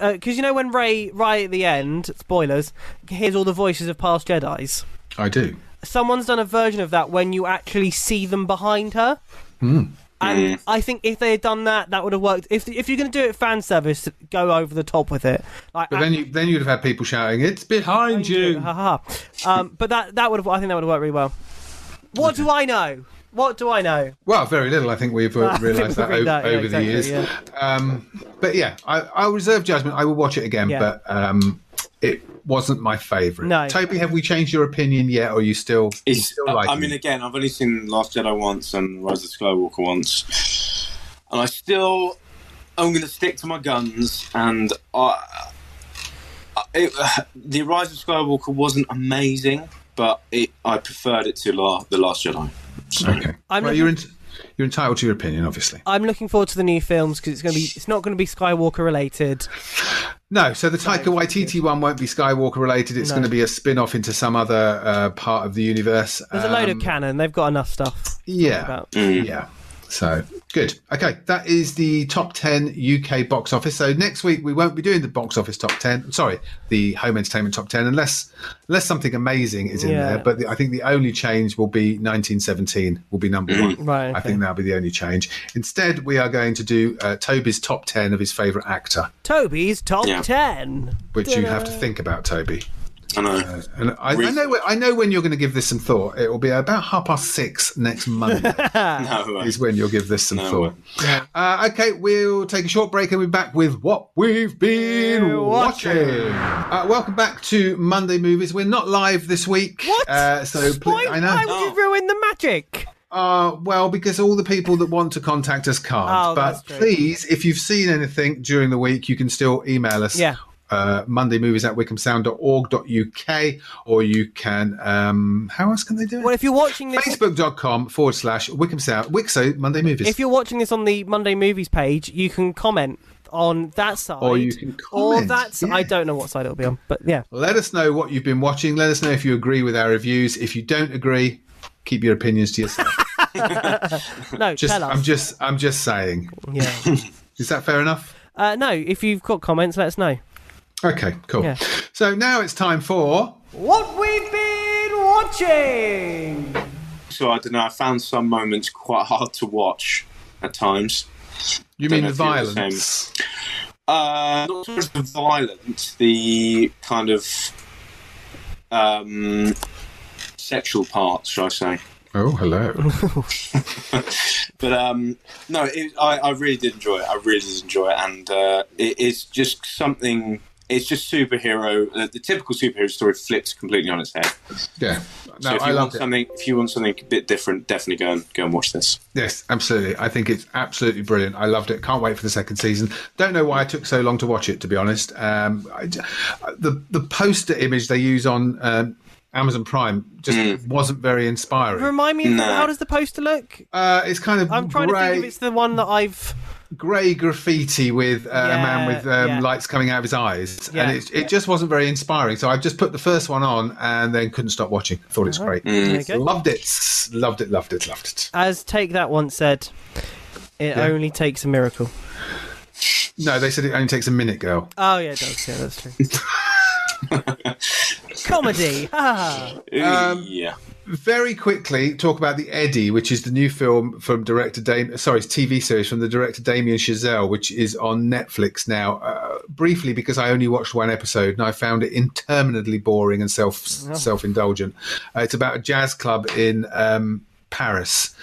S2: because you know when Ray right at the end spoilers hears all the voices of past Jedi's.
S1: I, do.
S2: someone's done a version of that when you actually see them behind her.
S1: Hmm.
S2: And I think if they had done that, that would have worked. If if you're going to do it fan service, go over the top with it. Like,
S1: But then you then you'd have had people shouting, "It's behind."
S4: Behind you.
S2: haha. Um, but that that would have, I think that would have worked really well. What do I know? What do I know?
S1: Well, very little. I think we've uh,
S2: think
S1: realised
S2: we've
S1: that, o-
S2: agreed that, yeah,
S1: over
S2: exactly,
S1: the years.
S2: yeah.
S1: Um, but yeah, I, I'll reserve judgment. I will watch it again,
S2: Yeah.
S1: but um, it wasn't my favourite.
S2: No.
S1: Toby, have we changed your opinion yet, or are you still? you
S3: It's,
S1: still
S3: I,
S1: like
S3: I mean, again, I've only seen Last Jedi once and Rise of Skywalker once, and I still, I'm going to stick to my guns. And I, I- it, the Rise of Skywalker wasn't amazing, but it, I preferred it to La, the Last Jedi. So,
S1: okay.
S2: I'm
S1: well,
S2: not-
S1: you're in, You're entitled to your opinion, obviously.
S2: I'm looking forward to the new films because it's going to be it's not going to be Skywalker related.
S1: No, so the Taika Waititi one won't be Skywalker related. It's
S2: No.
S1: going to be a spin off into some other uh, part of the universe.
S2: There's a load
S1: Um,
S2: of canon. They've got enough stuff.
S1: Yeah.
S2: about.
S1: Yeah. So good. Okay, that is the top 10 UK box office. So next week we won't be doing the box office top 10. Sorry, the home entertainment top 10 unless unless something amazing is in
S2: Yeah.
S1: there, but the, I think the only change will be 1917 will be number 1.
S2: Right,
S1: I
S2: okay.
S1: think that'll be the only change. Instead, we are going to do uh, Toby's top 10 of his favorite actor,
S2: Toby's top
S3: Yeah.
S2: ten.
S1: which you have to think about, Toby.
S3: I know.
S1: And I, I
S3: Reason-
S1: know when- I know when you're going to give this some thought. It will be about half past 6 next Monday.
S3: No, uh,
S1: is when you'll give this some
S3: No.
S1: thought. Uh, okay, we'll take a short break and we'll be back with what we've been watching.
S2: Watching.
S1: Uh, welcome back to Monday Movies. We're not live this week.
S2: What?
S1: Uh, so
S2: Why,
S1: pl- I
S2: why
S1: know.
S2: would you ruin the magic?
S1: Uh, well, because all the people that want to contact us can't.
S2: Oh,
S1: but
S2: that's true.
S1: please, if you've seen anything during the week, you can still email us.
S2: Yeah.
S1: Uh, Monday movies at wickhamsound.org.uk or you can um how else can they do it?
S2: Well, if you're watching this,
S1: Facebook.com forward slash Wickham Sound Wixo Monday Movies.
S2: if you're watching this on the Monday Movies page, you can comment on that side,
S1: Or you can
S2: or
S1: comment,
S2: that's
S1: yeah.
S2: I don't know what side it'll be on, but yeah,
S1: Let us know what you've been watching. Let us know if you agree with our reviews. If you don't agree, keep your opinions to yourself.
S2: no,
S1: Just,
S2: tell us.
S1: I'm just, I'm just saying.
S2: Yeah.
S1: Is that fair enough?
S2: uh, no, if you've got comments, let us know.
S1: Okay, cool.
S2: Yeah.
S1: So now it's time for.
S2: What we've been watching.
S3: so I don't know. I found some moments quite hard to watch at times.
S1: You
S3: Don't
S1: mean
S3: know
S1: the
S3: if you're the
S1: violence?
S3: Uh, not so much the violence, the kind of um, sexual part, shall I say?
S1: Oh, hello.
S3: But um, no, it, I, I really did enjoy it. I really did enjoy it, and uh, it, it's just something. It's just superhero. uh, The, the typical superhero story flips completely on its head.
S1: yeah. No,
S3: so if
S1: I
S3: you want
S1: loved it.
S3: something, if you want something a bit different, definitely go and go and watch this.
S1: Yes, absolutely. I think it's absolutely brilliant. I loved it. Can't wait for the second season. Don't know why it took so long to watch it. To be honest, um, I j- the the poster image they use on um, Amazon Prime just
S3: Mm.
S1: wasn't very inspiring.
S2: Remind me, of
S3: No.
S2: how does the poster look?
S1: Uh, it's kind of
S2: I'm trying to
S1: grey,
S2: think if it's the one that I've.
S1: grey graffiti with uh, a man
S2: Yeah,
S1: with um,
S2: yeah.
S1: lights coming out of his eyes,
S2: Yeah.
S1: and it, it just wasn't very inspiring. So I just put the first one on and then couldn't stop watching. Thought it's great,
S2: There you go.
S1: loved it, loved it, loved it, loved it.
S2: As Take That once said, it only takes a miracle.
S1: No, they said it only takes a minute, girl.
S2: Oh yeah, it does. Yeah, that's true. Comedy. Ah.
S1: Um,
S3: yeah,
S1: Very quickly, talk about the Eddie, which is the new film from director Dam- sorry, it's TV series from the director Damien Chazelle, which is on Netflix now. Uh, briefly, because I only watched one episode and I found it interminably boring and self self indulgent. Uh, it's about a jazz club in um, Paris,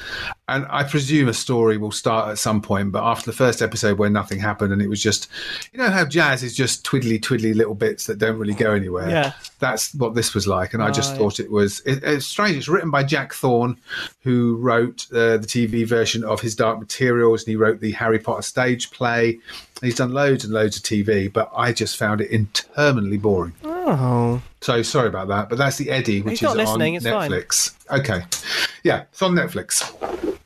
S1: and I presume a story will start at some point. But after the first episode, where nothing happened and it was just, you know, how jazz is just twiddly twiddly little bits that don't really go anywhere
S2: Yeah.
S1: that's what this was like and i just
S2: Right.
S1: thought it was it, it's strange it's written by jack thorne who wrote uh, the tv version of his dark materials and he wrote the harry potter stage play he's done loads and loads of tv but i just found it interminably boring
S2: Oh.
S1: so sorry about that but that's the eddie which
S2: He's not
S1: is
S2: listening,
S1: on
S2: it's fine.
S1: netflix okay yeah it's on netflix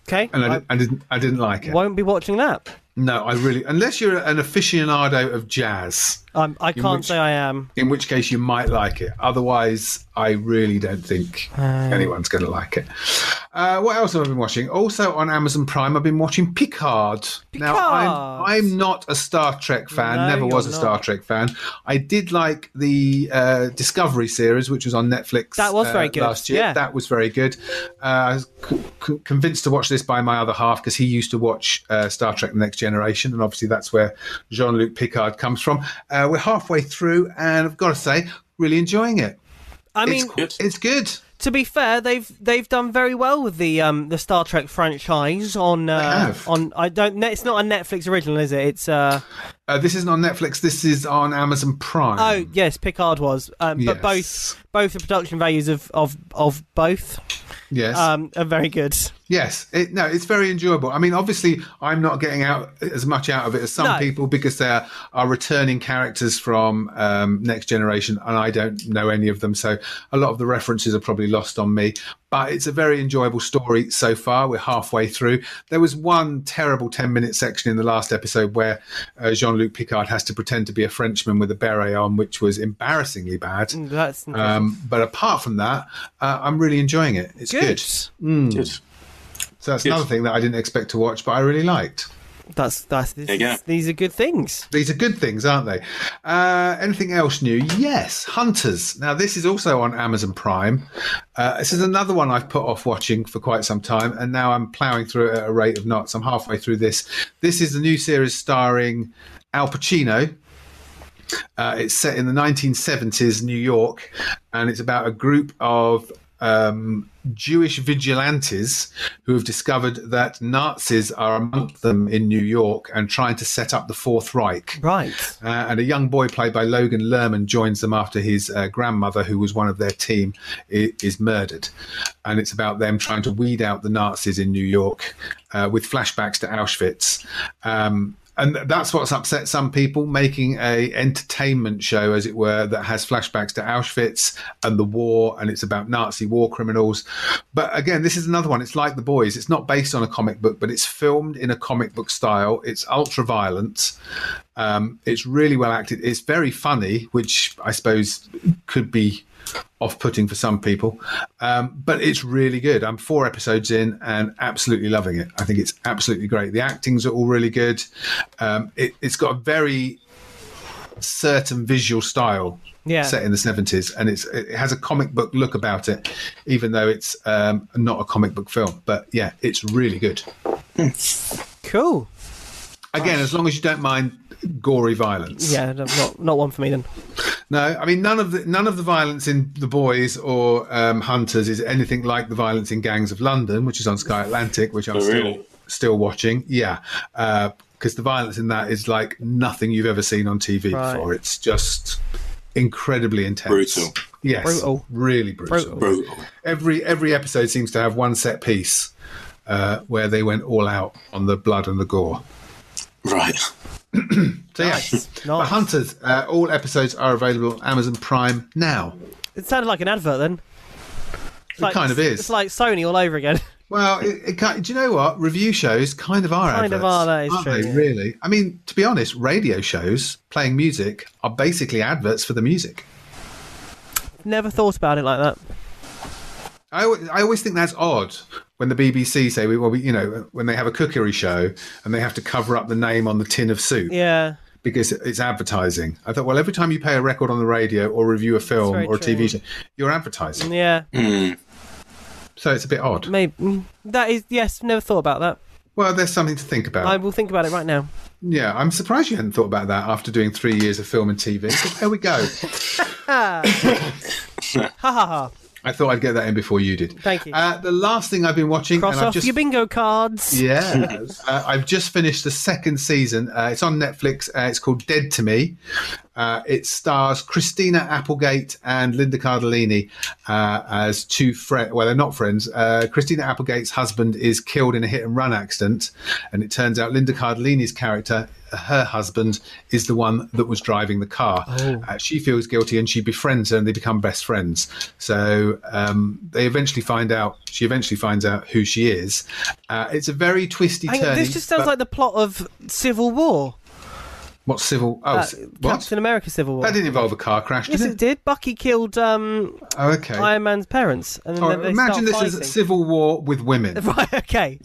S2: Okay.
S1: and I,
S2: I
S1: didn't, I didn't i didn't like it
S2: won't be watching that.
S1: no i really unless you're an aficionado of jazz
S2: Um, I can't
S1: which-
S2: say I am.
S1: in which case you might like it. Otherwise, I really don't think
S2: Uh,
S1: anyone's going to like it. Uh, what else have I been watching? Also on Amazon Prime, I've been watching Picard. Now, I'm,
S2: Picard.
S1: I'm not a Star Trek fan,
S2: No,
S1: never was a
S2: you're
S1: Star
S2: not.
S1: Trek fan. I did like the uh, Discovery series, which was on Netflix.
S2: That was
S1: uh,
S2: very good,
S1: Last year.
S2: yeah.
S1: That was very good. Uh, I was c- c- convinced to watch this by my other half because he used to watch uh, Star Trek The Next Generation, and obviously that's where Jean Luc Picard comes from. Uh, we're halfway through, and I've got to say, really enjoying it.
S2: I mean,
S1: It's,
S3: good.
S1: it's good.
S2: to be fair, they've they've done very well with the um the Star Trek franchise on uh,
S1: have.
S2: on I don't it's not a Netflix original, is it? It's uh
S1: Uh, this isn't on Netflix. This is on Amazon Prime.
S2: oh yes, Picard was. Um, but both
S1: Yes.
S2: both the production values of of of both
S1: yes.
S2: um are very good.
S1: Yes, it, no, it's very enjoyable. I mean, obviously, I'm not getting out as much out of it as some
S2: No.
S1: people because they are, are returning characters from um, Next Generation, and I don't know any of them, so a lot of the references are probably lost on me. But it's a very enjoyable story so far. We're halfway through. There was one terrible 10 minute section in the last episode where uh, Jean Luc Picard has to pretend to be a Frenchman with a beret on, which was embarrassingly bad.
S2: That's
S1: Um, but apart from that, uh, I'm really enjoying it. It's
S2: good.
S1: good.
S3: Good.
S1: So that's
S3: Yes.
S1: another thing that I didn't expect to watch, but I really liked.
S2: That's that's this
S3: There you
S2: is-
S3: go.
S2: these are good things.
S1: These are good things, aren't they? Uh, anything else new? Yes, Hunters. Now, this is also on Amazon Prime. Uh, this is another one I've put off watching for quite some time, and now I'm ploughing through it at a rate of knots. I'm halfway through this. This is the new series starring Al Pacino. Uh, it's set in the 1970s New York, and it's about a group of um, Jewish vigilantes who have discovered that Nazis are among them in New York and trying to set up the Fourth Reich.
S2: Right.
S1: Uh, and a young boy played by Logan Lerman joins them after his uh, grandmother, who was one of their team, is, is murdered. And it's about them trying to weed out the Nazis in New York uh, with flashbacks to Auschwitz. Um, and that's what's upset some people, making a entertainment show, as it were, that has flashbacks to Auschwitz and the war, and it's about Nazi war criminals. But again, this is another one. It's like The Boys. It's not based on a comic book, but it's filmed in a comic book style. It's ultra violent. Um, it's really well acted. It's very funny, which I suppose could be off putting for some people, um, but it's really good. I'm four episodes in and absolutely loving it. I think it's absolutely great. The actings are all really good. Um, it, it's got a very certain visual style
S2: Yeah.
S1: set in the 70s and it's it has a comic book look about it even though it's um, not a comic book film but yeah it's really good
S2: Cool.
S1: again as long as you don't mind gory violence
S2: Yeah, no, not not one for me then.
S1: No, I mean none of the none of the violence in The Boys or um, Hunters is anything like the violence in Gangs of London, which is on Sky Atlantic, which I'm
S3: Oh,
S1: still
S3: really?
S1: still watching. Yeah, because the violence in that is like nothing you've ever seen on TV
S2: Right.
S1: before. It's just incredibly intense,
S3: Brutal.
S1: Yes,
S2: Brutal.
S1: really
S2: Brutal.
S3: Brutal.
S1: every every episode seems to have one set piece uh, where they went all out on the blood and the gore.
S3: Right.
S1: So yeah,
S2: Nice.
S1: But
S2: nice.
S1: Hunters, uh, all episodes are available on Amazon Prime now.
S2: It sounded like an advert then. It's
S1: It kind of is.
S2: It's like Sony all over again.
S1: Well, it, it kind do you know what review shows kind of are
S2: Kind
S1: adverts,
S2: of are, that is
S1: aren't
S2: true,
S1: they,
S2: yeah.
S1: Really, I mean, to be honest, radio shows playing music are basically adverts for the music.
S2: Never thought about it like that.
S1: I, al- I always think that's odd when the BBC say we, well, we, you know when they have a cookery show and they have to cover up the name on the tin of soup
S2: Yeah.
S1: because it's advertising. I thought well every time you play a record on the radio or review a film
S2: very
S1: or a
S2: true.
S1: TV show you're advertising.
S2: Yeah.
S1: So it's a bit odd.
S2: Maybe mm, that is yes. Never thought about that.
S1: Well, there's something to think about.
S2: I will think about it right now.
S1: Yeah, I'm surprised you hadn't thought about that after doing three years of film and TV. So there we go.
S2: Ha ha ha.
S1: I thought I'd get that in before you did.
S2: Thank you.
S1: Uh, the last thing I've been watching,
S2: Cross
S1: and I've
S2: off
S1: just
S2: your bingo cards.
S1: yeah, uh, I've just finished the second season. Uh, it's on Netflix. Uh, it's called Dead to Me. Uh, it stars Christina Applegate and Linda Cardellini uh, as two friends. Well, they're not friends. Uh, Christina Applegate's husband is killed in a hit and run accident, and it turns out Linda Cardellini's character, her husband, is the one that was driving the car.
S2: Oh.
S1: Uh, she feels guilty, and she befriends her, and they become best friends. So um, they eventually find out. She eventually finds out who she is. Uh, it's a very twisty,
S2: Hang on,
S1: turny.
S2: this just sounds
S1: but-
S2: like the plot of Civil War.
S1: what civil? Oh,
S2: Uh,
S1: c- what?
S2: Captain America Civil War.
S1: That didn't involve a car crash, did
S2: Yes,
S1: it?
S2: it did. Bucky killed um,
S1: Oh, okay.
S2: Iron Man's parents, and then
S1: All
S2: they-
S1: right,
S2: they
S1: Oh, imagine
S2: start
S1: this
S2: fighting.
S1: is civil war with women.
S2: Right, okay.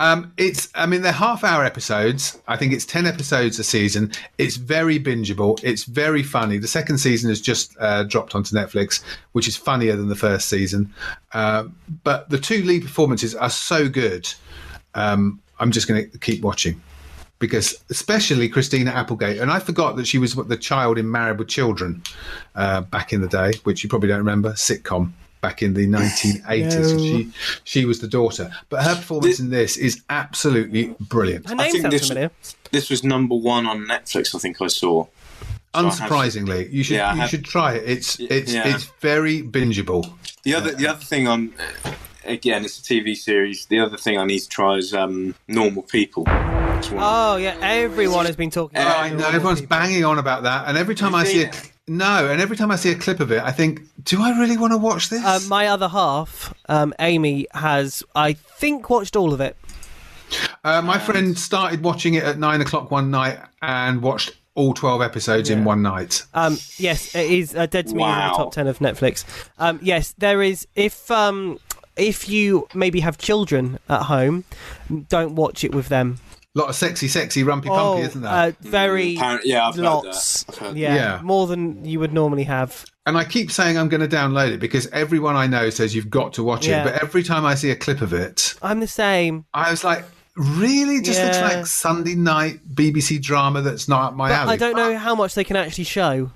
S1: Um, it's, I mean, they're half-hour episodes. I think it's ten episodes a season. It's very bingeable. It's very funny. The second season has just uh, dropped onto Netflix, which is funnier than the first season. Uh, but the two lead performances are so good. Um, I'm just going to keep watching because, especially Christina Applegate, and I forgot that she was the child in Married with Children uh, back in the day, which you probably don't remember sitcom back in the 1980s.
S2: No.
S1: She she was the daughter, but her performance in this is absolutely brilliant.
S2: Her
S3: I
S2: name
S3: think
S2: sounds
S3: this-
S2: familiar.
S3: again, it's a TV series. The other thing I need to try is um, Normal People. It's one-
S2: Oh yeah, everyone has been talking.
S3: Yeah,
S2: about
S3: I
S1: I
S2: it.
S1: know everyone's banging on about that, and every time I
S3: Have you
S1: see
S3: seen
S1: it,
S3: it?
S1: no, and every time I see a clip of it, I think, do I really want to watch this?
S2: Uh, my other half, um, Amy, has I think watched all of it.
S1: Uh, my friend started watching it at nine o'clock one night and watched all twelve episodes in one night.
S2: Um, yes, it is. Uh, Dead to Me is in
S3: Wow.
S2: the top ten of Netflix. Um, yes, there is. If um, if you maybe have children at home, don't watch it with them.
S1: lot of sexy, sexy, rumpy, pumpy, isn't there?
S2: Uh, very
S3: Mm, Apparent- yeah, I've heard that.
S2: lots.
S3: I've heard
S2: Yeah,
S1: Yeah.
S2: more than you would normally have.
S1: and I keep saying I'm going to download it because everyone I know says you've got to watch
S2: Yeah.
S1: it. But every time I see a clip of it,
S2: I'm the same.
S1: I was like, really? Just looks
S2: Yeah.
S1: like Sunday night BBC drama that's not up my
S2: But
S1: alley.
S2: I don't know how much they can actually show.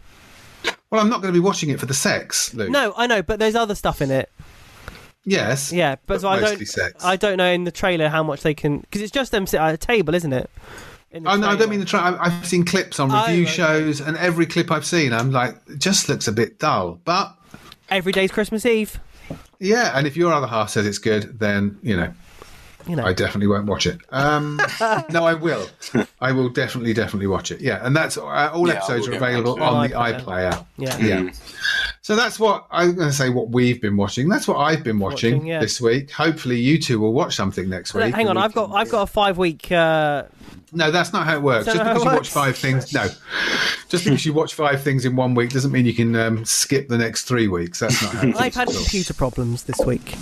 S1: Well, I'm not going to be watching it for the sex, Luke.
S2: No, I know, but there's other stuff in it.
S1: Yes.
S2: Yeah, but, so I
S1: mostly
S2: don't.
S1: sex.
S2: I don't know in the trailer how much they can because it's just them sitting at a table, isn't it? In the
S1: Oh, no, I
S2: trailer.
S1: don't mean the try. I- I've seen clips on
S2: Oh,
S1: review
S2: right.
S1: shows, and every clip I've seen, I'm like, it just looks a bit dull. But
S2: every day's Christmas Eve.
S1: yeah, and if your other half says it's good, then you know,
S2: You know,
S1: I definitely won't watch it. Um, no, I will. I will definitely, definitely watch it. Yeah, and that's uh, all
S3: Yeah,
S1: episodes
S3: we'll
S1: are
S3: get back
S1: available
S3: to it.
S1: on the
S2: iPlayer.
S1: iPlayer.
S2: yeah.
S1: Yeah. So that's what I'm going to say. What we've been watching. That's what I've been watching,
S2: Watching, yeah.
S1: this week. Hopefully, you two will watch something next week.
S2: Hang on,
S1: We
S2: I've got
S1: can-
S2: I've got a five week. Uh,
S1: No, that's not how it works.
S2: Is
S1: Just
S2: that
S1: because
S2: how
S1: you
S2: it
S1: watch
S2: works?
S1: five things, no. Just because you watch five things in one week doesn't mean you can um, skip the next three weeks. That's not how it works.
S2: I've had computer problems this week.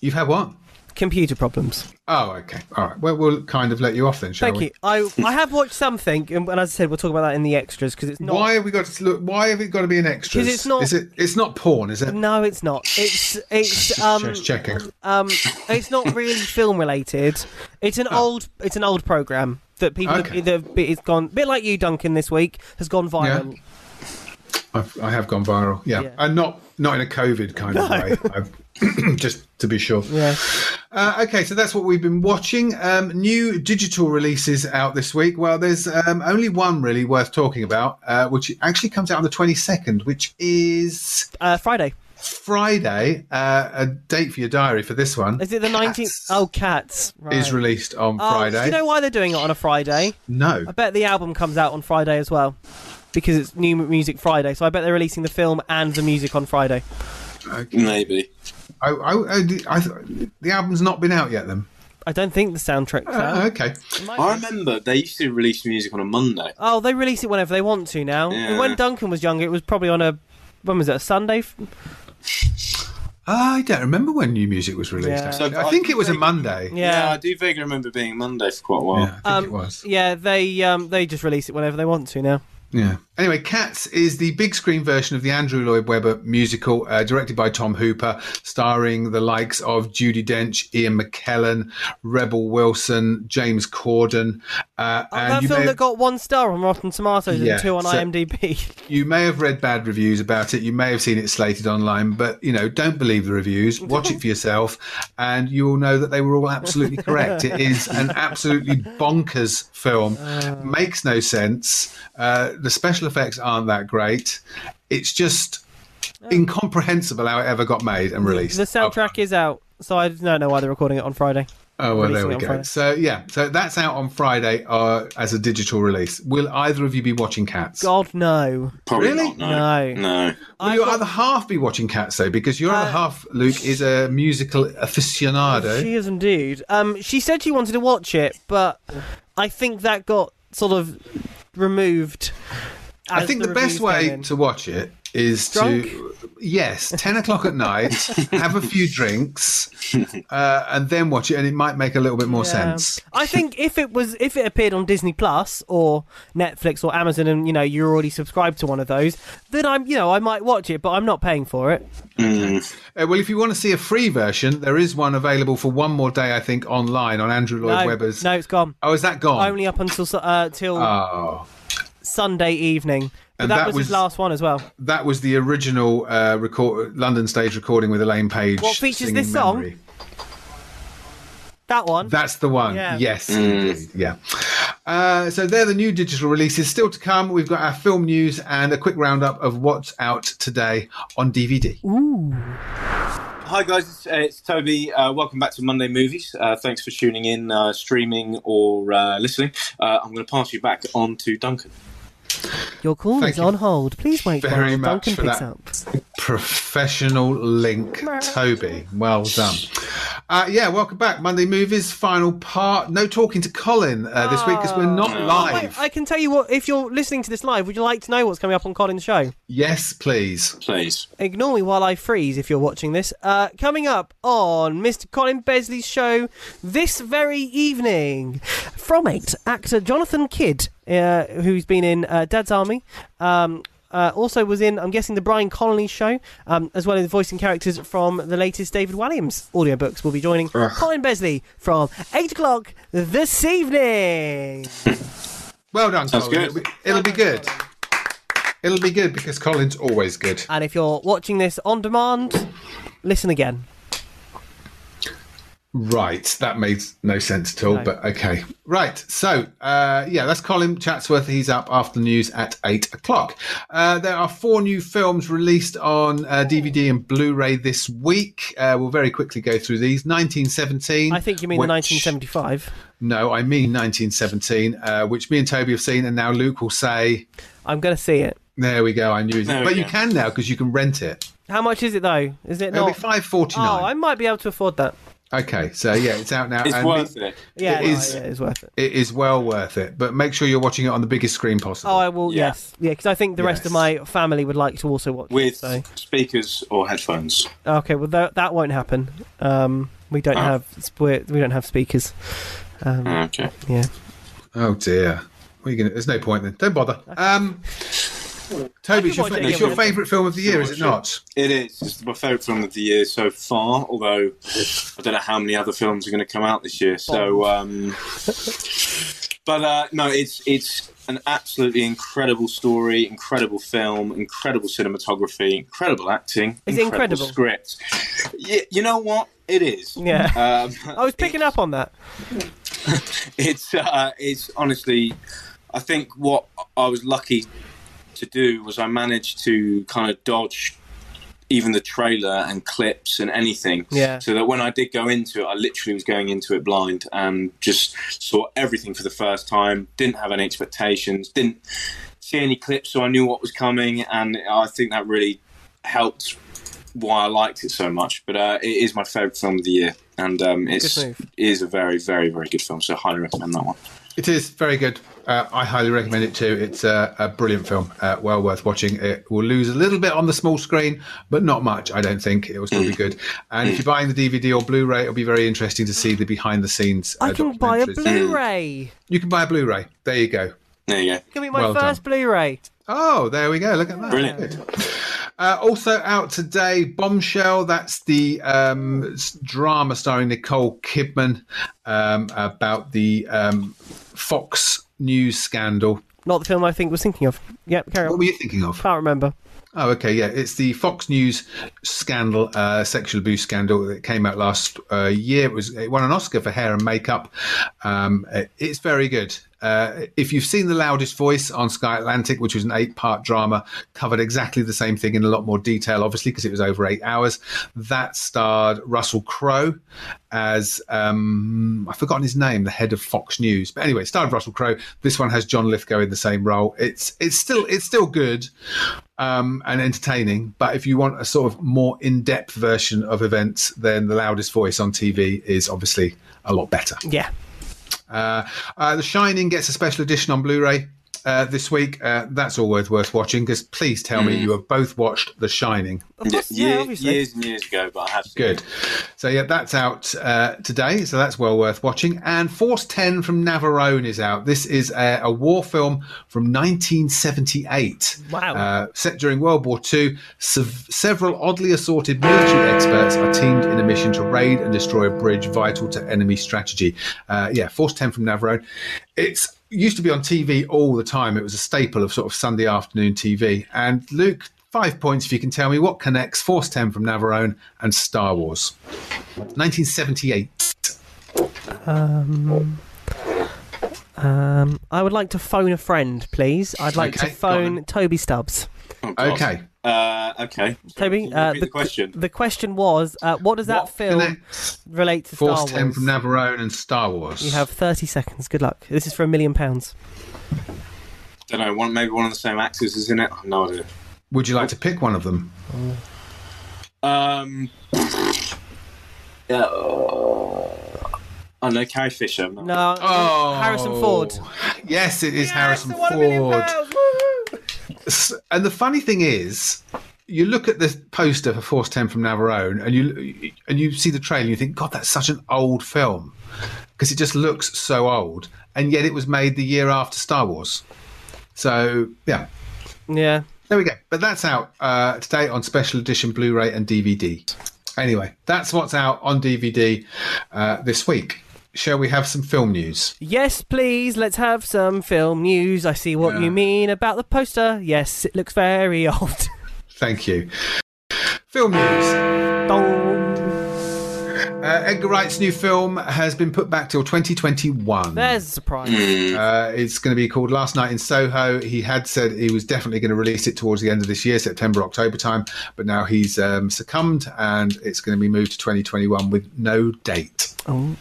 S1: You've had what?
S2: Computer problems.
S1: Oh, okay. All right. Well, we'll kind of let you off then, shall
S2: Thank
S1: we?
S2: you. I I have watched something, and and as I said, we'll talk about that in the extras because it's not.
S1: Why have we got to look? Why have it got to be an extra?
S2: 'Cause it's not-
S1: Is it? It's not porn, is it?
S2: No, it's not. It's it's um
S1: Just checking.
S2: um it's not really film related. It's an old it's an old program that people
S1: Oh. Okay.
S2: have, that have, it's gone a bit like you, Duncan, this week has gone viral.
S1: I've, I have gone viral. Yeah,
S2: Yeah.
S1: and not not in a COVID kind of way. I've, just to be sure.
S2: Yeah.
S1: Uh, okay, so that's what we've been watching. Um, new digital releases out this week. Well, there's um, only one really worth talking about, uh, which actually comes out on the 22nd, which is
S2: Uh, Friday
S1: Friday. Uh, a date for your diary for this one.
S2: is it the nineteenth?
S1: Cats
S2: Oh, cats. Right.
S1: Is released on
S2: Oh,
S1: Friday.
S2: Do you know why they're doing it on a Friday?
S1: no.
S2: I bet the album comes out on Friday as well because it's new music Friday. So I bet they're releasing the film and the music on Friday.
S3: Maybe.
S1: I, I, I, I th- the album's not been out yet, then.
S2: I don't think the soundtrack.
S1: Uh, okay.
S3: I remember they used to release music on a Monday.
S2: Oh, they release it whenever they want to now.
S3: Yeah.
S2: When Duncan was younger, it was probably on a when was it a Sunday? F-
S1: I don't remember when new music was released.
S2: Yeah.
S1: actually.
S3: So
S1: I
S3: I
S1: think it was a
S3: think-
S1: Monday. Yeah,
S2: Yeah.
S3: I do vaguely remember being Monday for quite a while.
S1: I think
S2: Um,
S1: it was.
S2: Yeah, they um they just release it whenever they want to now.
S1: Yeah. Anyway, Cats is the big screen version of the Andrew Lloyd Webber musical, uh, directed by Tom Hooper, starring the likes of Judy Dench, Ian McKellen, Rebel Wilson, James Corden. Uh,
S2: Oh, that
S1: you,
S2: film
S1: may
S2: that
S1: have,
S2: got one star on Rotten Tomatoes
S1: Yeah,
S2: and two on
S1: so-
S2: IMDb.
S1: you may have read bad reviews about it. You may have seen it slated online, but you know, don't believe the reviews. Watch it for yourself, and you will know that they were all absolutely correct. it is an absolutely bonkers film.
S2: Uh.
S1: Makes no sense. Uh, the special effects aren't that great. It's just incomprehensible how it ever got made and released.
S2: Oh. the soundtrack is out, so I don't know why they're recording it on Friday.
S1: Oh well, there
S2: releasing
S1: we
S2: it on
S1: go.
S2: Friday.
S1: So yeah, so that's out on Friday uh, as a digital release. Will either of you be watching Cats?
S2: God no,
S3: Probably
S1: Really?
S3: not. No. No.
S1: Will
S2: I
S1: your
S2: got- Uh,
S1: other half be watching Cats though? Because your other half, Luke, is a musical aficionado.
S2: She is indeed. Um, she said she wanted to watch it, but I think that got sort of removed.
S1: I
S2: as
S1: think the,
S2: reviews
S1: best
S2: came
S1: way
S2: in.
S1: to watch it is to yes, ten o'clock at night, have a few drinks, uh, and then watch it, and it might make a little bit more
S2: Yeah.
S1: sense.
S2: I think if it was if it appeared on Disney Plus or Netflix or Amazon, and you know you're already subscribed to one of those, then I'm you know I might watch it, but I'm not paying for it.
S1: Uh, well, if you want to see a free version, there is one available for one more day, I think, online on Andrew Lloyd
S2: No,
S1: Webber's.
S2: no, it's gone.
S1: Oh, is that gone?
S2: Only up until su- uh, till
S1: oh.
S2: Sunday evening. But
S1: And
S2: that,
S1: that
S2: was,
S1: was-
S2: his last one as well.
S1: That was the original uh, record, London stage recording with Elaine Page.
S2: What features
S1: singing
S2: this song?
S1: Memory.
S2: That one.
S1: That's the one.
S2: Yeah.
S3: Mm.
S1: Yes. indeed. Yeah. Uh, so they're the new digital releases still to come. We've got our film news and a quick roundup of what's out today on DVD.
S3: Hi guys, it's, uh, it's Toby. Uh, welcome back to Monday Movies. Uh, thanks for tuning in, uh, streaming or uh, listening. Uh, I'm going to pass you back on to Duncan.
S2: Your call
S1: Thank
S2: is
S1: you
S2: on hold. Please wait
S1: very
S2: while
S1: much
S2: Duncan
S1: for
S2: picks
S1: that.
S2: up.
S1: Professional link, Toby. Well done. Uh, yeah, welcome back. Monday Movies, final part. No talking to Colin uh, this week because we're not live.
S2: Oh. I can tell you what. If you're listening to this live, would you like to know what's coming up on Colin's show?
S1: Yes, please.
S3: Please.
S2: Ignore me while I freeze if you're watching this. Uh, coming up on Mr. Colin Besley's show this very evening. From it, actor Jonathan Kidd, uh, who's been in uh, Dad's Army. Um, uh, also was in, I'm guessing, the Brian Connolly show, um, as well as voicing characters from the latest David Walliams audiobooks. Will be joining Colin Besley from 8 o'clock this evening.
S1: Well done,
S3: Sounds
S1: Colin.
S3: good.
S1: It'll be, it'll be good. It'll be good because Colin's always good.
S2: And if you're watching this on demand, listen again.
S1: Right, that made no sense at all,
S2: No.
S1: but okay. Right, so uh, yeah, that's Colin Chatsworth. He's up after the news at eight o'clock. Uh, there are four new films released on uh, DVD and Blu ray this week. Uh, we'll very quickly go through these. 1917.
S2: I think you mean the
S1: which-
S2: 1975.
S1: No, I mean 1917, uh, which me and Toby have seen, and now Luke will say,
S2: I'm going to see it.
S1: There we go, I knew it.
S3: There we
S1: But you
S3: go.
S1: can now because you can rent it.
S2: How much is it though? Is it
S1: It'll
S2: not?
S1: be 549
S2: Oh, I might be able to afford that.
S1: Okay, so yeah, it's out now.
S3: It's
S1: and
S3: worth
S1: it-
S3: it.
S2: Yeah,
S1: It
S2: no,
S1: is-
S2: yeah, it's worth it.
S1: It is well worth it, but make sure you're watching it on the biggest screen possible.
S2: Oh, I will.
S3: Yeah.
S2: Yes, yeah, because I think the rest
S1: Yes.
S2: of my family would like to also watch.
S3: With
S2: it, so.
S3: speakers or headphones.
S2: okay, well that, that won't happen. Um, we
S1: Oh.
S2: don't have we're, we don't have speakers.
S3: Okay.
S2: Yeah,
S1: Oh dear. What are you gonna, there's no point then. Don't bother. Um, Toby,
S2: I
S1: it's
S2: could
S1: your,
S2: watch
S1: fa-
S2: it
S1: it's
S2: again
S1: your
S2: with-
S1: favourite film of the year, is it
S3: watch
S1: not?
S3: It is. It's my favourite film of the year so far, although I don't know how many other films are going to come out this year. So,
S2: Oh.
S3: um, but uh, no, it's it's an absolutely incredible story, incredible film, incredible cinematography, incredible acting.
S2: Is it incredible?
S3: script? Yeah, you know what? It is.
S2: yeah.
S3: Um,
S2: I was picking up on that.
S3: it's uh, it's honestly, I think what I was lucky to do was I managed to kind of dodge even the trailer and clips and anything,
S2: Yeah.
S3: so that when I did go into it, I literally was going into it blind and just saw everything for the first time. Didn't have any expectations. Didn't see any clips, so I knew what was coming, and I think that really helped why I liked it so much. But uh, it is my favourite film of the year, and um, it's
S2: Good move.
S3: is a very, very, very good film. So highly recommend that one.
S1: It is very good. Uh, I highly recommend it too. It's a, a brilliant film, uh, well worth watching. It will lose a little bit on the small screen, but not much, I don't think. It will still be good. And if you're buying the DVD or Blu ray, it'll be very interesting to see the behind the scenes. Uh,
S2: I can buy a
S1: documentaries.
S2: Blu-ray.
S1: You can buy a Blu ray. There you go.
S3: There you go.
S2: Give me my
S1: Well
S2: first Blu-ray.
S1: Oh, there we go. Look at that.
S3: Brilliant.
S2: Um,
S1: Good. Uh, also out today, Bombshell. That's the um, s- drama starring Nicole Kidman um, about the um, Fox News scandal.
S2: Not the film I think was thinking of. Yep, carry on.
S1: What were you thinking of?
S2: Can't remember.
S1: Oh, okay, yeah, it's the Fox News scandal, uh, sexual abuse scandal that came out last uh, year. It was it won an Oscar for hair and makeup. Um, it- it's very good. Uh, if you've seen The Loudest Voice on Sky Atlantic, which was an eight-part drama, covered exactly the same thing in a lot more detail, obviously because it was over eight hours. That starred Russell Crowe as um, I've forgotten his name, the head of Fox News. But anyway, it starred Russell Crowe. This one has John Lithgow in the same role. It's it's still it's still good um, and entertaining. But if you want a sort of more in depth version of events, then The Loudest Voice on TV is obviously a lot better.
S2: Yeah.
S1: Uh, uh, the Shining gets a special edition on Blu ray. Uh, this week, uh, that's all worth worth watching because please tell me you have both watched The Shining.
S2: Of course, yeah,
S3: Ye-
S2: obviously.
S3: years and years ago, but I have seen
S1: Good. So yeah, that's out uh, today. So that's well worth watching. And Force Ten from Navarone is out. This is a, a war film from 1978.
S2: Wow.
S1: Uh, set during World War II, sev- several oddly assorted military experts are teamed in a mission to raid and destroy a bridge vital to enemy strategy. Uh, yeah, Force Ten from Navarone. It's used to be on TV all the time. It was a staple of sort of Sunday afternoon TV. And Luke. Five points if you can tell me what connects Force 10 from Navarone and Star Wars. 1978.
S2: Um, I would like to phone a friend, please. I'd like
S1: Okay,
S2: to
S1: go on
S2: phone Toby Stubbs.
S3: Oh, God.
S1: Okay.
S3: Uh, okay. Sorry,
S2: Toby,
S3: can you
S2: uh, the,
S3: repeat the question.
S2: the question was, uh, what does that
S1: What
S2: film
S1: connects
S2: relate to Star
S1: Force
S2: Wars?
S1: 10 from Navarone and Star Wars.
S2: You have 30 seconds. Good luck. This is for a million pounds.
S3: Don't know. One, maybe one of the same actors is in it. I've no idea.
S1: Would you like to pick one of them?
S3: Um. Yeah. uh, I know Carrie Fisher. No.
S2: No, um,
S1: Oh,
S2: Harrison Ford.
S1: Yes, it is Harrison
S2: Yes, one million
S1: Ford.
S2: pounds, woohoo!
S1: S- And the funny thing is, you look at the poster for Force Ten from Navarone, and you and you see the trailer, and you think, God, that's such an old film because it just looks so old, and yet it was made the year after Star Wars. So yeah,
S2: Yeah.
S1: there we go. But that's out uh, today on special edition Blu-ray and DVD. Anyway, that's what's out on DVD uh, this week. Shall we have some film news?
S2: Yes, please. Let's have some film news. I see what you mean about the poster. Yes, it looks very old.
S1: Thank you. Film news.
S2: Dong.
S1: Uh, Edgar Wright's new film has been put back till 2021.
S2: There's a surprise.
S1: Uh, it's going to be called Last Night in Soho. He had said he was definitely going to release it towards the end of this year, September, October time, but now he's um, succumbed and it's going to be moved to 2021 with no date.
S2: Oh.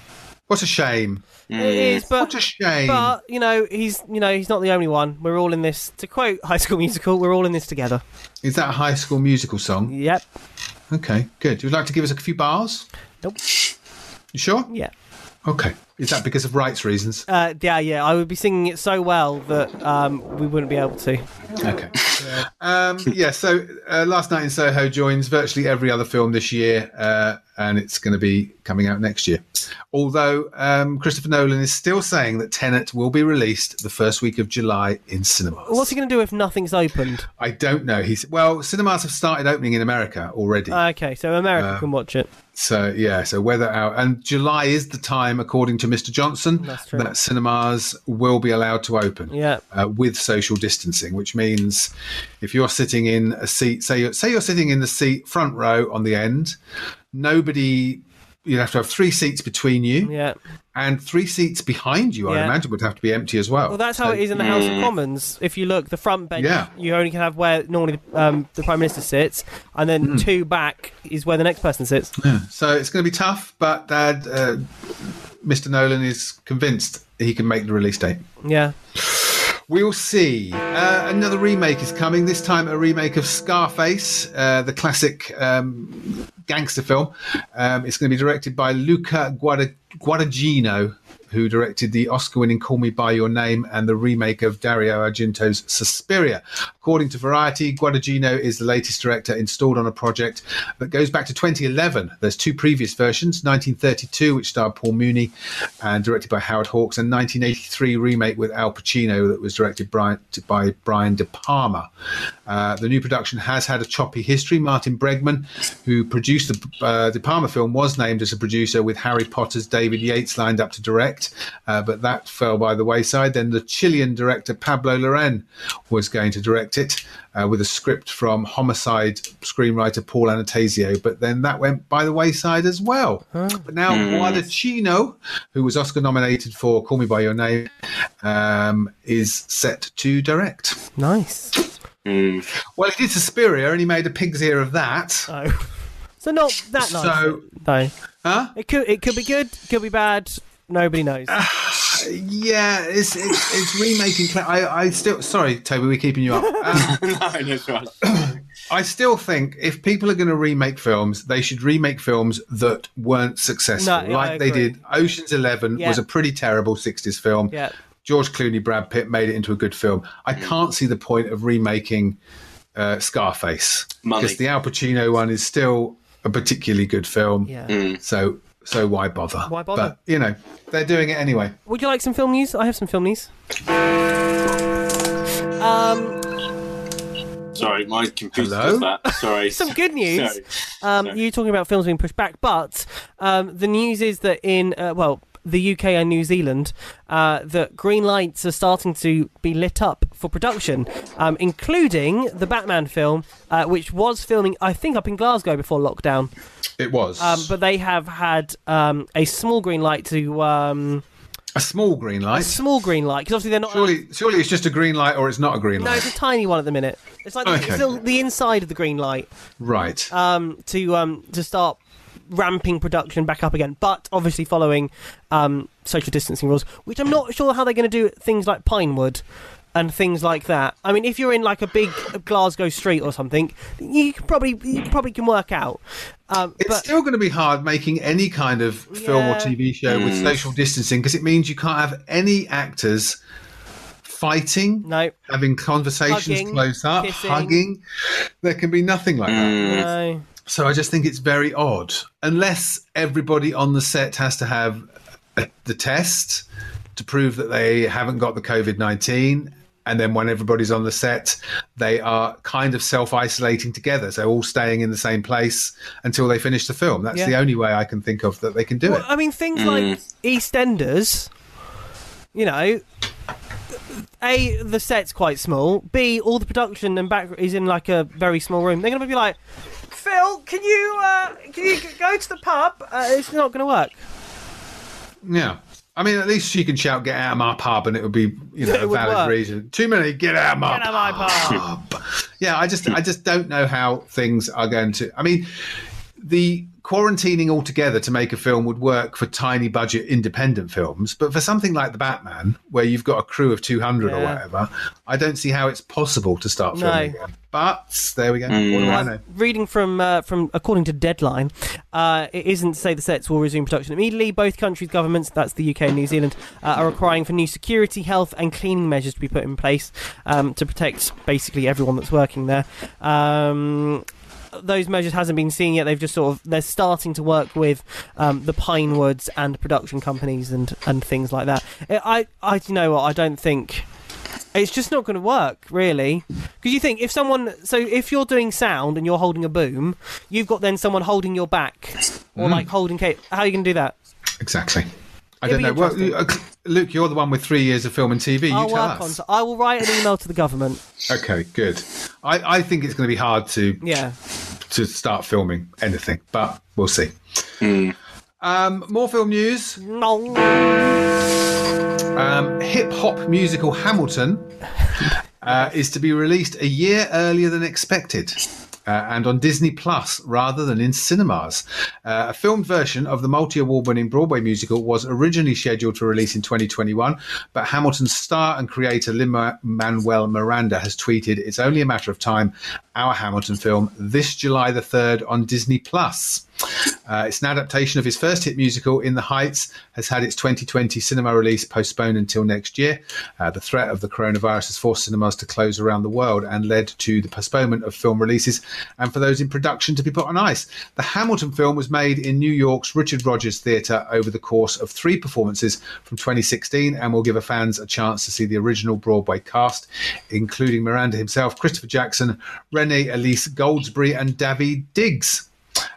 S1: What a shame.
S2: It is, but
S1: What a shame.
S2: but you know he's you know he's not the only one. We're all in this. To quote High School Musical, we're all in this together.
S1: Is that a high school musical song?
S2: Yep.
S1: Okay, good. Would you like to give us a few bars?
S2: Nope.
S1: You sure?
S2: Yeah.
S1: Okay. Is that because of rights reasons?
S2: Uh, yeah, yeah. I would be singing it so well that um, we wouldn't be able to.
S1: Okay. Um, yeah, so uh, Last Night in Soho joins virtually every other film this year, uh, and it's going to be coming out next year. Although um, Christopher Nolan is still saying that Tenet will be released the first week of July in cinemas.
S2: What's he going to do if nothing's opened?
S1: I don't know. He's well, cinemas have started opening in America already.
S2: Okay, so America can watch it.
S1: so yeah, so whether our and July is the time, according to Mr. Johnson,
S2: That's true.
S1: that cinemas will be allowed to open.
S2: Yeah.
S1: uh, with social distancing, which means if you're sitting in a seat, say you're, say you're sitting in the seat front row on the end, nobody. You'd have to have three seats between you,
S2: Yeah.
S1: and three seats behind you. I
S2: Yeah.
S1: imagine would have to be empty as well.
S2: Well, that's how it is in the House of Commons. If you look, the front bench,
S1: Yeah.
S2: you only can have where normally um, the Prime Minister sits, and then two back is where the next person sits.
S1: So it's going to be tough, but uh, uh, Mr. Nolan is convinced he can make the release date.
S2: Yeah.
S1: We'll see. Uh, another remake is coming, this time a remake of Scarface, uh, the classic um, gangster film. Um, it's going to be directed by Luca Guada- Guadagnino, who directed the Oscar winning Call Me By Your Name and the remake of Dario Argento's Suspiria. According to Variety, Guadagnino is the latest director installed on a project that goes back to 2011. There's two previous versions 1932, which starred Paul Mooney and directed by Howard Hawks, and 1983 remake with Al Pacino that was directed by, by Brian De Palma. Uh, the new production has had a choppy history. Martin Bregman, who produced the uh, De Palma film, was named as a producer with Harry Potter's David Yates lined up to direct, uh, but that fell by the wayside. Then the Chilean director Pablo Loren was going to direct it uh, with a script from homicide screenwriter Paul Anatasio, but then that went by the wayside as well. But now Guadagnino, who was Oscar nominated for Call Me By Your Name, um, is set to direct.
S2: Nice.
S1: Well, he did Suspiria and he made a pig's ear of that.
S2: Oh. So not that nice.
S1: So-
S2: no.
S1: Huh? Ah.
S2: It could it could be good, could be bad. Nobody knows.
S1: Yeah, it's it's, it's remaking. Cla- I I still sorry, Toby, we're keeping you up. Um,
S3: no, that's right.
S1: I still think if people are going to remake films, they should remake films that weren't successful,
S2: No, yeah, I
S1: like they
S2: agree.
S1: did. Ocean's Eleven
S2: Yeah.
S1: was a pretty terrible '60s film.
S2: yeah.
S1: George Clooney, Brad Pitt made it into a good film. I can't see the point of remaking uh, Scarface
S3: Money.
S1: because the Al Pacino one is still a particularly good film.
S2: Yeah.
S1: So so why bother?
S2: Why bother?
S1: But you know they're doing it anyway.
S2: Would you like some film news? I have some film news. Um,
S3: Sorry, my computer
S1: Hello?
S3: does that. Sorry.
S2: some good news.
S3: Sorry.
S2: Um, you were talking about films being pushed back, but um, the news is that in uh, well the UK and New Zealand, uh, that green lights are starting to be lit up for production, um, including the Batman film, uh, which was filming I think up in Glasgow before lockdown,
S1: It was.
S2: um, but they have had um, a small green light to. Um,
S1: A small green light.
S2: Small green light, because obviously they're not.
S1: Surely, surely it's just a green light, or it's not a green
S2: no,
S1: light,
S2: it's a tiny one at the minute. It's like the,
S1: Okay.
S2: it's the, the inside of the green light
S1: right?
S2: um, to um, to start ramping production back up again, but obviously following um, social distancing rules, which I'm not sure how they're going to do things like Pinewood and things like that. I mean, if you're in like a big Glasgow street or something, you can probably you probably can work out. Um,
S1: it's
S2: but
S1: still going to be hard making any kind of film or
S2: Yeah.
S1: TV show with social distancing because it means you can't have any actors fighting,
S2: no,
S1: having conversations
S2: Hugging,
S1: close up,
S2: kissing.
S1: hugging. There can be nothing like that.
S2: no.
S1: So I just think it's very odd, unless everybody on the set has to have a, the test to prove that they haven't got the COVID nineteen. And then when everybody's on the set, they are kind of self isolating together. So all staying in the same place until they finish the film. That's
S2: Yeah.
S1: the only way I can think of that they can do
S2: Well,
S1: it.
S2: I mean, things like EastEnders, you know, A, the set's quite small. B, all the production and back is in like a very small room. They're going to be like, Phil, can you uh, can you g- go to the pub? Uh, it's not going to work.
S1: Yeah. I mean, at least she can shout, get out of my pub, and it would be, you know,
S2: It
S1: a
S2: would
S1: valid
S2: work.
S1: reason. Too many, get out of my
S2: Get out of my pub.
S1: yeah, I just I just don't know how things are going to. I mean, the quarantining altogether to make a film would work for tiny budget independent films, but for something like the Batman, where you've got a crew of two hundred or
S2: Yeah.
S1: whatever, I don't see how it's possible to start
S2: No.
S1: filming again. But there we go. What
S2: Mm.
S1: do I know?
S2: Reading from uh, from according to Deadline, uh, it isn't to say the sets will resume production immediately. Both countries' governments, that's the UK and New Zealand, uh, are requiring for new security, health, and cleaning measures to be put in place um, to protect basically everyone that's working there. Um, those measures hasn't been seen yet. They've just sort of they're starting to work with um, the Pinewoods and production companies and and things like that. I I I- you know what I don't think it's just not going to work really because you think if someone so if you're doing sound and you're holding a boom you've got then someone holding your back or
S1: Mm.
S2: like holding ca- how are you going to do that
S1: Exactly. I
S2: It'd
S1: don't know.
S2: be
S1: Well, uh, Luke, you're the one with three years of film and TV. You
S2: I'll
S1: tell
S2: work on
S1: us.
S2: so I will write an email to the government
S1: Okay, good. I, I think it's going to be hard to
S2: yeah
S1: to start filming anything, but we'll see. Um, more film news.
S2: no
S1: Um, Hip hop musical Hamilton uh, is to be released a year earlier than expected. Uh, and on Disney Plus rather than in cinemas. Uh, a filmed version of the multi award winning Broadway musical was originally scheduled to release in 2021, but Hamilton's star and creator Lin Manuel Miranda has tweeted, It's only a matter of time, our Hamilton film, this July the 3rd on Disney Plus. Uh, it's an adaptation of his first hit musical, In the Heights, has had its 2020 cinema release postponed until next year. Uh, the threat of the coronavirus has forced cinemas to close around the world and led to the postponement of film releases and for those in production to be put on ice. The Hamilton film was made in New York's Richard Rogers Theatre over the course of three performances from 2016 and will give a fans a chance to see the original Broadway cast, including Miranda himself, Christopher Jackson, Renee Elise Goldsberry, and David Diggs.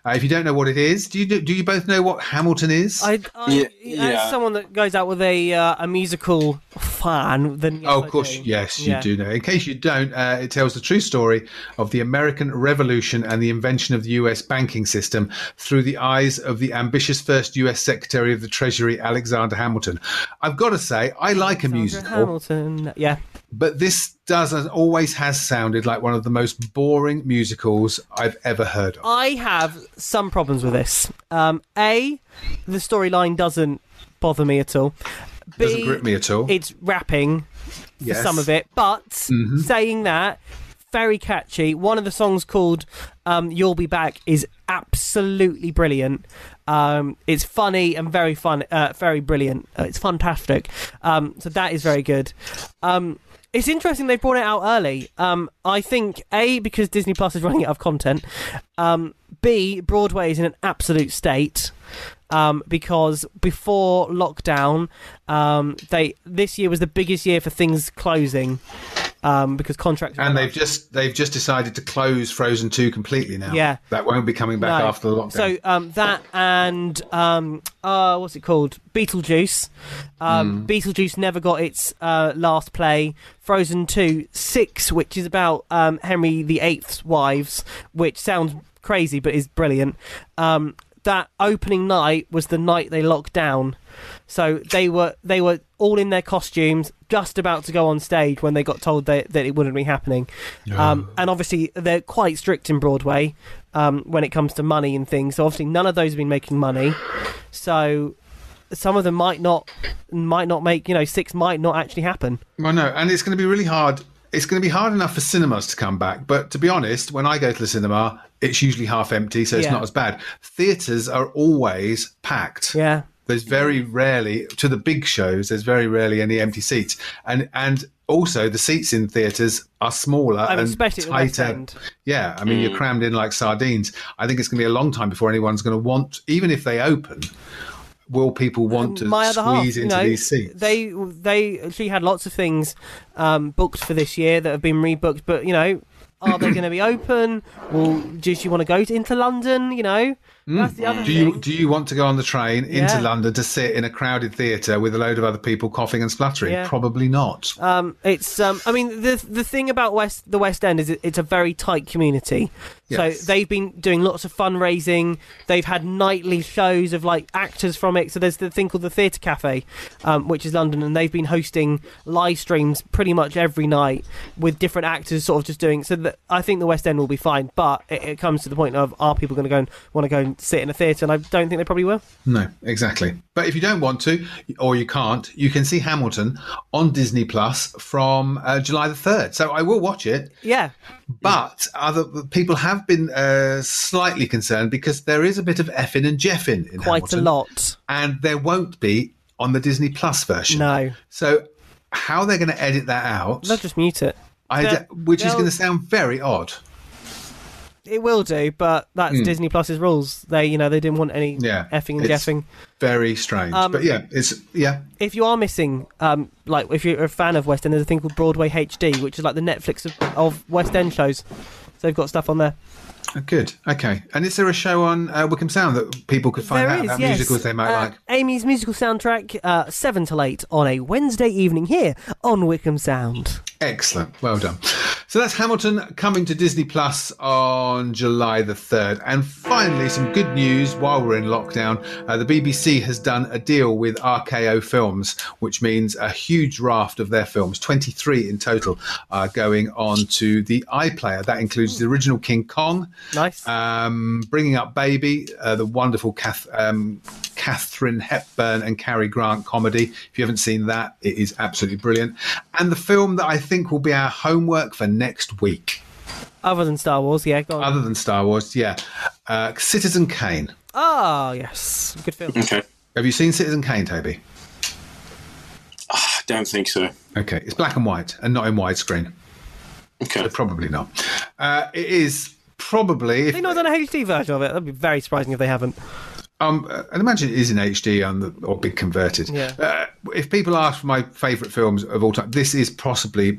S1: Uh, if you don't know what it is, do you do you both know what Hamilton is?
S2: I, I
S3: Yeah,
S2: as
S3: yeah.
S2: someone that goes out with a uh, a musical fan then yes,
S1: Oh,
S2: I
S1: of course,
S2: do.
S1: yes, you
S2: Yeah.
S1: do know. In case you don't, uh, it tells the true story of the American Revolution and the invention of the U.S. banking system through the eyes of the ambitious first U.S. Secretary of the Treasury, Alexander Hamilton. I've got to say, I like a
S2: Alexander
S1: musical,
S2: Hamilton yeah
S1: but this does and always has sounded like one of the most boring musicals I've ever heard of.
S2: I have some problems with this. Um, a, the storyline doesn't bother me at all. B,
S1: Doesn't grip me at all.
S2: It's rapping
S1: Yes.
S2: for some of it, but saying that, very catchy. One of the songs called um, "You'll Be Back" is absolutely brilliant. Um, it's funny and very fun, uh, very brilliant. Uh, it's fantastic. Um, so that is very good. Um, it's interesting they brought it out early. Um, I think a because Disney Plus is running out of content. Um, B Broadway is in an absolute state um, because before lockdown, um, they this year was the biggest year for things closing um, because contracts ran
S1: And they've
S2: out.
S1: just they've just decided to close Frozen Two completely now.
S2: Yeah.
S1: that won't be coming back
S2: No.
S1: after the lockdown.
S2: So um, that and um, uh, what's it called? Beetlejuice.
S1: Mm.
S2: Um, Beetlejuice never got its uh, last play. Frozen Two Six, which is about um, Henry VIII's wives, which sounds crazy but is brilliant. Um, that opening night was the night they locked down, so they were they were all in their costumes, just about to go on stage when they got told they, that it wouldn't be happening. Um, and obviously they're quite strict in Broadway um, when it comes to money and things. So obviously none of those have been making money. So some of them might not might not make you know six might not actually happen.
S1: Well, Oh, no, and it's going to be really hard. It's going to be hard enough for cinemas to come back. But to be honest, when I go to the cinema, it's usually half empty, so it's
S2: Yeah.
S1: not as bad. Theatres are always packed.
S2: Yeah.
S1: There's very rarely to the big shows. There's very rarely any empty seats, and and also the seats in theatres are smaller
S2: I mean,
S1: and
S2: especially at the West
S1: tighter.
S2: End. Hmm.
S1: Yeah, I mean you're crammed in like sardines. I think it's going to be a long time before anyone's going to want, even if they open, will people want to
S2: my other half.
S1: squeeze
S2: You
S1: into
S2: know,
S1: these seats?
S2: they they actually had lots of things um, booked for this year that have been rebooked, but you know. Are they going to be open? Well, do you want to go to, into London? You know, that's the other
S1: Mm. Do you
S2: thing.
S1: do you want to go on the train into
S2: Yeah.
S1: London to sit in a crowded theatre with a load of other people coughing and spluttering?
S2: Yeah.
S1: Probably not.
S2: Um, it's um, I mean the the thing about West the West End is it, it's a very tight community.
S1: Yes.
S2: So they've been doing lots of fundraising. They've had nightly shows of like actors from it. So there's the thing called the Theatre Cafe, um, which is London, and they've been hosting live streams pretty much every night with different actors, sort of just doing. So that I think the West End will be fine, but it, it comes to the point of are people going to go and want to go and sit in a theatre? And I don't think they probably will.
S1: no, exactly. But if you don't want to, or you can't, you can see Hamilton on Disney Plus from uh, July the third. So I will watch it.
S2: Yeah,
S1: But other people have been uh, slightly concerned because there is a bit of effing and jeffing in
S2: quite
S1: Hamilton,
S2: a lot.
S1: and there won't be on the Disney Plus version.
S2: No,
S1: So how they're going to edit that out?
S2: they'll just mute it.
S1: I
S2: they'll-
S1: d- which is
S2: they'll-
S1: going to sound very odd.
S2: It will do, but that's Disney Plus's rules. They, you know, they didn't want any
S1: Hmm. Yeah,
S2: effing and
S1: it's-
S2: jeffing. Um,
S1: Very strange. but yeah, it's yeah.
S2: If you are missing, um, like if you're a fan of West End, there's a thing called Broadway HD, which is like the Netflix of, of West End shows. So they've got stuff on there.
S1: Good. Okay. And is there a show on uh, Wickham Sound that people could find
S2: There
S1: out
S2: is,
S1: about
S2: yes.
S1: musicals they might
S2: Uh,
S1: like?
S2: Amy's musical soundtrack, uh, seven till eight on a Wednesday evening here on Wickham Sound.
S1: Excellent. Well done. So that's Hamilton coming to Disney Plus on July the 3rd. And finally, some good news while we're in lockdown. Uh, the BBC has done a deal with RKO Films, which means a huge raft of their films, 23 in total, are going on to the iPlayer. That includes the original King Kong,
S2: Nice.
S1: um, bringing up baby uh, the wonderful Kath, um, catherine hepburn and cary grant comedy if you haven't seen that it is absolutely brilliant and the film that i think will be our homework for next week
S2: Other than Star Wars, yeah. Go on.
S1: other than star wars yeah uh, citizen kane
S2: Ah, yes, good film.
S3: Okay.
S1: have you seen citizen kane toby
S3: I don't think so.
S1: okay it's black and white and not in widescreen
S3: Okay.
S1: probably not uh, it is probably if,
S2: They not done a HD version of it. That'd be very surprising if they haven't.
S1: Um, uh, I'd imagine it is in HD on the, or been converted.
S2: Yeah.
S1: Uh, if people ask for my favourite films of all time, this is possibly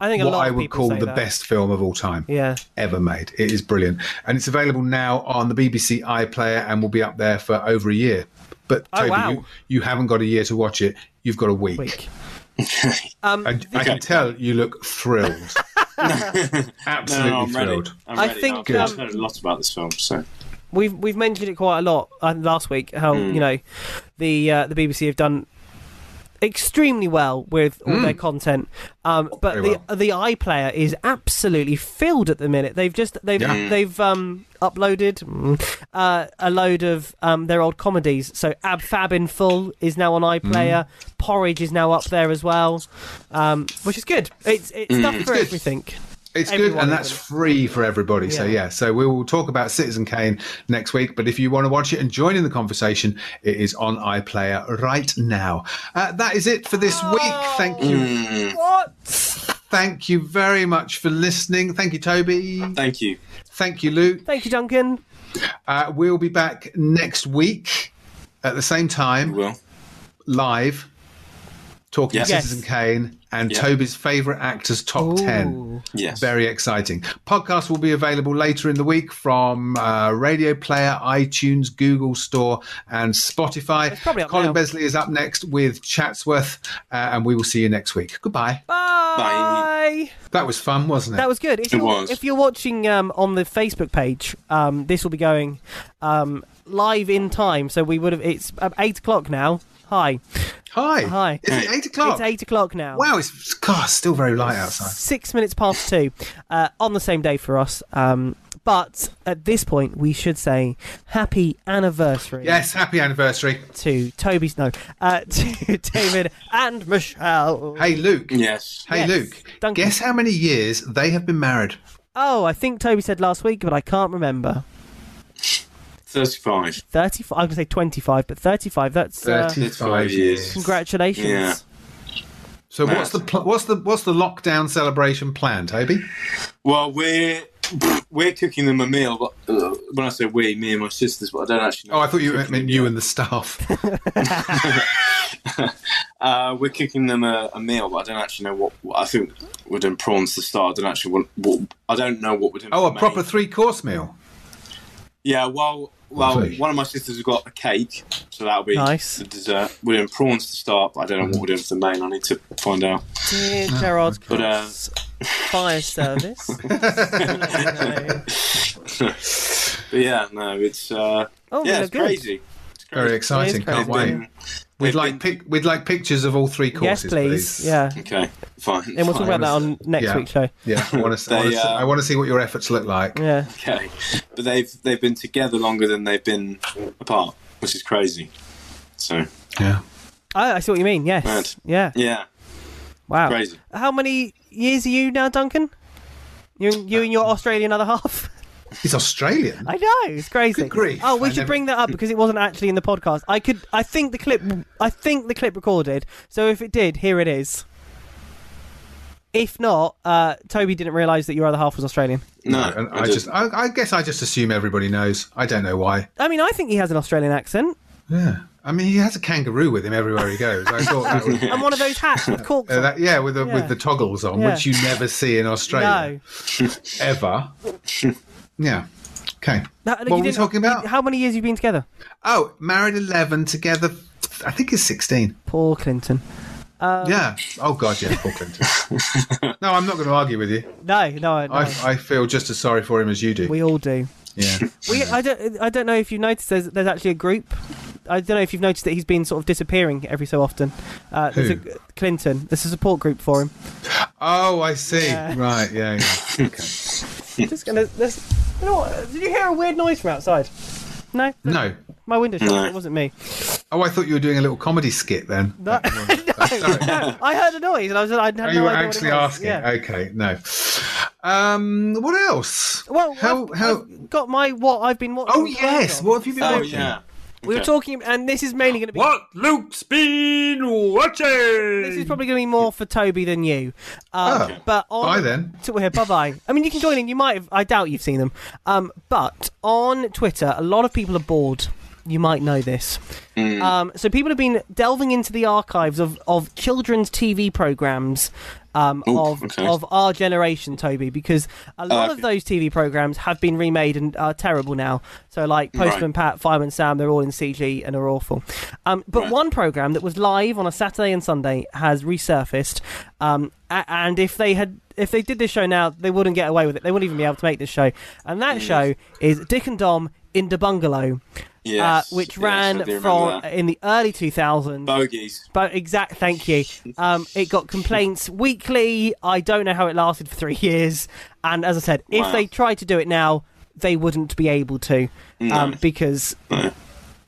S2: I think a
S1: what
S2: lot
S1: I
S2: of
S1: would
S2: people
S1: call
S2: say
S1: the
S2: that.
S1: best film of all time
S2: Yeah.
S1: ever made. It is brilliant. And it's available now on the BBC iPlayer and will be up there for over a year. But Toby,
S2: Oh, wow.
S1: you, you haven't got a year to watch it. You've got a week.
S2: Week.
S3: Um,
S1: And I can tell you look thrilled. Absolutely
S3: No, I'm ready.
S1: thrilled.
S3: I'm
S2: I
S3: ready.
S2: think,
S3: I've, I've
S2: um,
S3: heard a lot about this film, so
S2: we've we've mentioned it quite a lot uh, last week. How
S1: Hmm.
S2: you know the uh, the BBC have done extremely well with all their content, um, but
S1: Hmm. Very
S2: the the iPlayer is absolutely filled at the minute. They've just they've
S1: Yeah.
S2: they've um, uploaded mm, uh, a load of um, their old comedies. So Ab Fab in Full is now on
S1: Hmm.
S2: iPlayer. Porridge is now up there as well, um, which is good. It's it's stuff for
S1: Hmm. good.
S2: everything.
S1: It's good,
S2: Everyone
S1: and
S2: is
S1: that's
S2: in it.
S1: free for everybody. So
S2: Yeah.
S1: yeah, so we will talk about Citizen Kane next week. But if you want to watch it and join in the conversation, it is on iPlayer right now. Uh, that is it for this week. Thank you,
S2: What?
S1: thank you very much for listening. Thank you, Toby.
S3: thank you.
S1: Thank you, Luke.
S2: Thank you, Duncan.
S1: Uh, we'll be back next week at the same time,
S3: Will.
S1: live talking
S3: Yes.
S1: Citizen Kane and
S3: Yeah.
S1: Toby's favourite actors top ten.
S2: Ooh.
S3: Yes.
S1: Very exciting. Podcast will be available later in the week from uh, Radio Player, iTunes, Google Store, and Spotify.
S2: It's probably up
S1: Colin
S2: now.
S1: Besley is up next with Chatsworth, uh, and we will see you next week. Goodbye.
S2: Bye.
S1: That was fun, wasn't it?
S2: That was good. If
S3: It
S2: you're,
S3: was.
S2: If you're watching um, on the Facebook page, um, this will be going um, live in time. So we would have. It's uh, eight o'clock now. Hi.
S1: Hi.
S2: Hi.
S1: Is it eight o'clock?
S2: It's eight o'clock now.
S1: Wow, it's God, it's still very light outside.
S2: Six minutes past two uh, on the same day for us. Um, but at this point, we should say happy anniversary
S1: Yes, happy anniversary.
S2: to Toby's. No, uh, to David and Michelle.
S1: Hey, Luke.
S3: Yes.
S1: Hey,
S2: Yes,
S1: Luke.
S2: Duncan.
S1: Guess how many years they have been married?
S2: Oh, I think Toby said last week, but I can't remember.
S3: 35.
S2: 35. I'm going to say 25, but 35, that's. uh,
S1: 35
S3: years.
S1: years.
S2: Congratulations.
S3: Yeah.
S1: So what's the pl- what's the what's the lockdown celebration plan, Toby?
S3: Well, we're we're cooking them a meal, but uh, when I say we, me and my sisters, but I don't actually. know
S1: Oh, I thought you meant you and the staff.
S3: Uh, we're cooking them a, a meal, but I don't actually know what, what- I think we're doing prawns to start. I don't actually want. What, I don't know what we're doing.
S1: Oh,
S3: for
S1: a proper
S3: main.
S1: three-course meal.
S3: Yeah. Well, well,
S1: Lovely.
S3: one of my sisters has got a cake, so that'll be
S2: Nice.
S3: the dessert. We're doing prawns to start, but I don't know what we're doing for the main. I need to find out.
S2: Dear Gerard
S3: But, uh,
S2: Cross Fire Service.
S3: But yeah, no, it's uh,
S2: Oh,
S3: yeah,
S2: they
S3: it's
S2: look good.
S3: crazy. It's
S1: Very
S3: crazy.
S1: exciting. Can't
S3: They've
S1: wait.
S3: been-
S1: We'd
S3: they've
S1: like
S3: been-
S1: pic- we'd like pictures of all three
S2: yes,
S1: courses,
S2: please. Yeah.
S3: Okay, fine.
S2: And we'll talk
S3: fine.
S2: about that on next
S1: Yeah.
S2: week's show.
S1: Yeah, I want to. I,
S3: They,
S1: wanna see-
S3: uh,
S1: I want to see what your efforts look like.
S2: Yeah.
S3: Okay, but they've they've been together longer than they've been apart, which is crazy. So
S1: Yeah.
S2: Oh, I see what you mean. Yes.
S3: Mad.
S2: Yeah.
S3: yeah,
S2: Wow.
S3: crazy.
S2: How many years are you now, Duncan? You, you
S1: Uh,
S2: and your Australian other half?
S1: He's Australian.
S2: I know it's crazy.
S1: Good grief.
S2: Oh, we
S1: I
S2: should
S1: never-
S2: bring that up because it wasn't actually in the podcast. I could, I think the clip, I think the clip recorded. So if it did, here it is. If not, uh, Toby didn't realise that your other half was Australian.
S3: No,
S1: and
S3: I
S1: I
S3: just-
S1: just, I, I guess I just assume everybody knows. I don't know why.
S2: I mean, I think he has an Australian accent.
S1: Yeah. I mean, he has a kangaroo with him everywhere he goes. I thought that was.
S2: and one of those hats with corks.
S1: Uh,
S2: on.
S1: that, yeah, with the,
S2: Yeah.
S1: with the toggles on,
S2: Yeah.
S1: which you never see in Australia
S2: no,
S1: ever. Yeah. Okay.
S2: No,
S1: what
S2: you
S1: were we
S2: didn't-
S1: talking about?
S2: How many years you been together?
S1: Oh, married eleven, together. I think it's sixteen.
S2: Poor Clinton. Um.
S1: yeah. Oh God, yeah, poor Clinton. no, I'm not going to argue with you.
S2: No, no, no.
S1: I, I feel just as sorry for him as you do.
S2: we all do.
S1: yeah.
S2: We, I don't, I don't know if you've noticed. There's, there's actually a group. I don't know if you've noticed that he's been sort of disappearing every so often. Uh, there's
S1: Who?
S2: a, Clinton. There's a support group for him.
S1: Oh, I see.
S2: Yeah.
S1: Right. Yeah. yeah. Okay. Hmm.
S2: Just gonna. There's, you know what? Did you hear a weird noise from outside? No,
S1: No.
S2: my window shut.
S3: No.
S2: It wasn't me.
S1: Oh, I thought you were doing a little comedy skit then.
S2: No, no, I heard a noise and I was. I had no
S1: Oh, you were
S2: idea
S1: actually
S2: what it was.
S1: asking.
S2: Yeah.
S1: Okay, no. Um, what else?
S2: Well,
S1: how?
S2: I've,
S1: how?
S2: I've got my what I've been watching.
S1: oh
S2: on
S1: yes.
S2: Chrome.
S1: What have you been
S3: Oh
S1: watching?
S3: yeah,
S2: We were
S3: Okay.
S2: talking, and this is mainly going to be.
S4: What Luke's been watching?
S2: This is probably going to be more for Toby than you. Um,
S1: Oh.
S2: but on,
S1: Bye then.
S2: So we're bye bye. I mean, you can join in. You might have. I doubt you've seen them. Um, but on Twitter, a lot of people are bored. You might know this.
S3: Hmm.
S2: Um, so people have been delving into the archives of, of children's TV programs um,
S3: Ooh,
S2: of
S3: okay.
S2: of our generation, Toby, because a lot of
S3: Oh, okay.
S2: those TV programs have been remade and are terrible now. So like Postman
S3: Right.
S2: Pat, Fireman Sam, they're all in CG and are awful. Um, but
S3: Right.
S2: one program that was live on a Saturday and Sunday has resurfaced, um, a- and if they had. If they did this show now, they wouldn't get away with it. They wouldn't even be able to make this show. And
S3: Mm.
S2: that show is Dick and Dom in the Bungalow,
S3: yes,
S2: uh, which
S3: yes, I
S2: ran
S3: do remember
S2: from
S3: that.
S2: in the early 2000s.
S3: bogies.
S2: But exact, thank you. Um, it got complaints weekly. I don't know how it lasted for three years. And as I said, if
S3: Wow.
S2: they tried to do it now, they wouldn't be able to um, because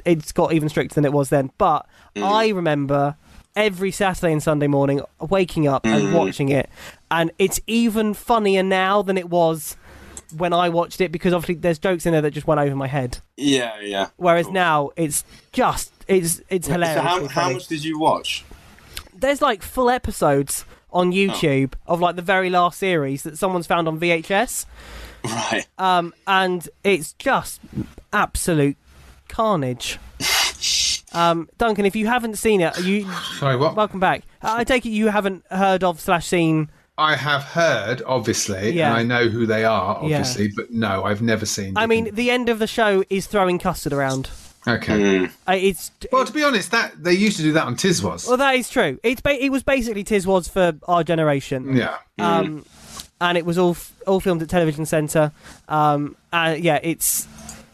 S2: it's got even stricter than it was then. But
S3: Mm.
S2: I remember every Saturday and Sunday morning uh, waking up and
S3: Mm.
S2: watching it, and it's even funnier now than it was when I watched it because obviously there's jokes in there that just went over my head.
S3: Yeah, yeah.
S2: Whereas
S3: Cool.
S2: now it's just it's it's hilarious.
S3: so how, how much did you watch?
S2: there's like full episodes on YouTube of like the very last series that someone's found on VHS,
S3: Right.
S2: um, and it's just absolute carnage. um, Duncan, if you haven't seen it, you
S1: Sorry, what?
S2: welcome back. I take it you haven't heard of slash seen.
S1: I have heard, obviously,
S2: Yeah.
S1: and I know who they are,
S2: Yeah.
S1: obviously, but no, I've never seen.
S2: I
S1: Dick
S2: mean, the end of the show is throwing custard around.
S1: and- okay.
S2: Uh, It's
S1: Well, to be honest, that they used to do that on Tiswas.
S2: well, that is true. It's ba- it was basically Tiswas for our generation,
S1: yeah,
S2: um, and it was all f- all filmed at Television Centre. Um, and yeah, it's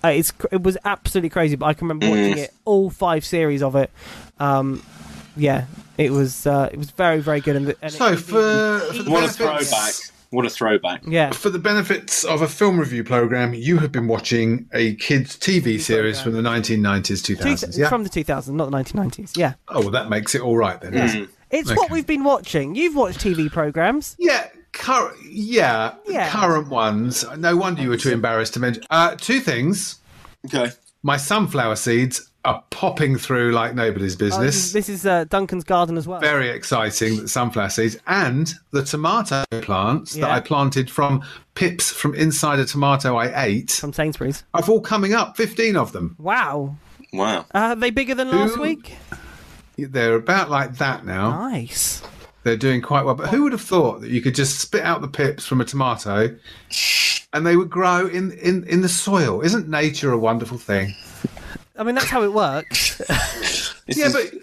S2: uh, it's cr- it was absolutely crazy. But I can remember watching it all five series of it. Um, yeah, it was uh, it was very very good. And, the, and it-
S1: So for, for the
S3: What a
S1: benefits-
S3: throwback! What a throwback!
S2: yeah,
S1: For the benefits of a film review program, you have been watching a kids' TV series from the 1990s, 2000s. Yeah.
S2: from the 2000s, not the 1990s. Yeah,
S1: oh, well, that makes it all right then. doesn't it?
S2: it's what
S1: Okay.
S2: we've been watching. You've watched TV programs.
S1: Yeah. Cur- yeah,
S2: Yeah.
S1: current ones. No wonder you were too embarrassed to mention. Uh, two things.
S3: Okay.
S1: My sunflower seeds are popping through like nobody's
S2: Oh, This
S1: business.
S2: is, this is uh, Duncan's garden as well.
S1: very exciting that sunflower seeds and the tomato plants that
S2: Yeah.
S1: I planted from pips from inside a tomato I ate
S2: from Sainsbury's.
S1: are all coming up, 15 of them.
S2: Wow.
S3: Wow.
S2: Uh, are they bigger than last
S1: Who-
S2: week?
S1: They're about like that
S2: Oh.
S1: now.
S2: Nice.
S1: They're doing quite well. But who would have thought that you could just spit out the pips from a tomato and they would grow in, in, in the soil? Isn't nature a wonderful thing?
S2: I mean, that's how it works.
S3: This
S1: Yeah,
S3: is-
S1: but.
S3: this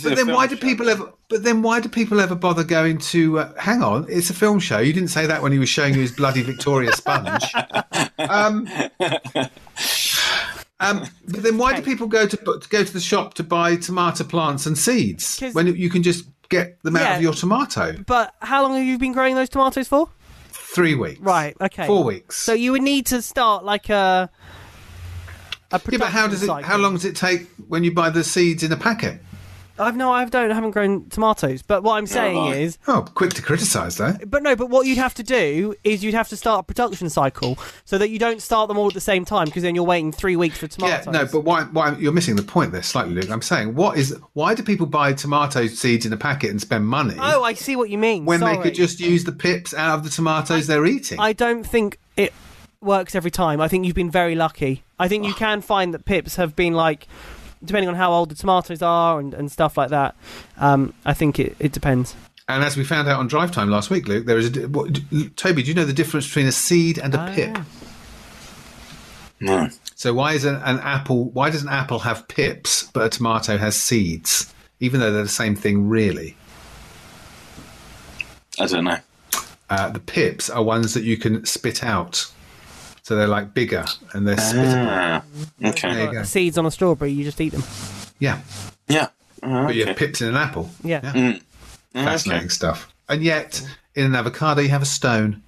S3: is a
S1: But then
S3: film
S1: why do
S3: show.
S1: people ever? But then why do people ever bother going to? Uh, hang on, it's a film show. You didn't say that when he was showing you his bloody Victoria sponge. Um, um, but then why do people go to, to go to the shop to buy tomato plants and seeds
S2: 'Cause-
S1: when you can just get them out
S2: Yeah.
S1: of your tomato?
S2: but how long have you been growing those tomatoes for?
S1: Three weeks,
S2: Right. Okay.
S1: Four weeks.
S2: So you would need to start like a. a
S1: yeah, but how
S2: production
S1: does it? How
S2: cycle.
S1: long does it take when you buy the seeds in a packet?
S2: I've no, I don't, I haven't grown tomatoes. But what I'm saying
S3: right.
S2: is,
S1: Oh, quick to criticise though.
S2: but no, but what you'd have to do is you'd have to start a production cycle so that you don't start them all at the same time because then you're waiting three weeks for
S1: Yeah,
S2: tomatoes.
S1: no, but why? Why you're missing the point there slightly, Luke? I'm saying, what is? Why do people buy tomato seeds in a packet and spend money
S2: oh, I see what you mean.
S1: when they
S2: Sorry.
S1: could just use the pips out of the tomatoes they're eating?
S2: I don't think it works every time. I think you've been very lucky. I think you can find that pips have been like, depending on how old the tomatoes are and, and stuff like that. Um, I think it, it depends.
S1: and as we found out on Drive Time last week, Luke, there is a di- what, d- Toby. Do you know the difference between a seed and a
S2: Oh,
S1: pip?
S3: No.
S1: So why is an, an apple? Why does an apple have pips but a tomato has seeds? Even though they're the same thing, really.
S3: I don't know.
S1: Uh, the pips are ones that you can spit out, so they're like bigger and they're spit-
S3: Ah, okay.
S1: you go.
S2: Seeds on a strawberry, you just eat them.
S1: yeah.
S3: Yeah. Ah,
S1: But you have pips in an apple.
S2: Yeah.
S1: Fascinating stuff. And yet, in an avocado, you have a stone.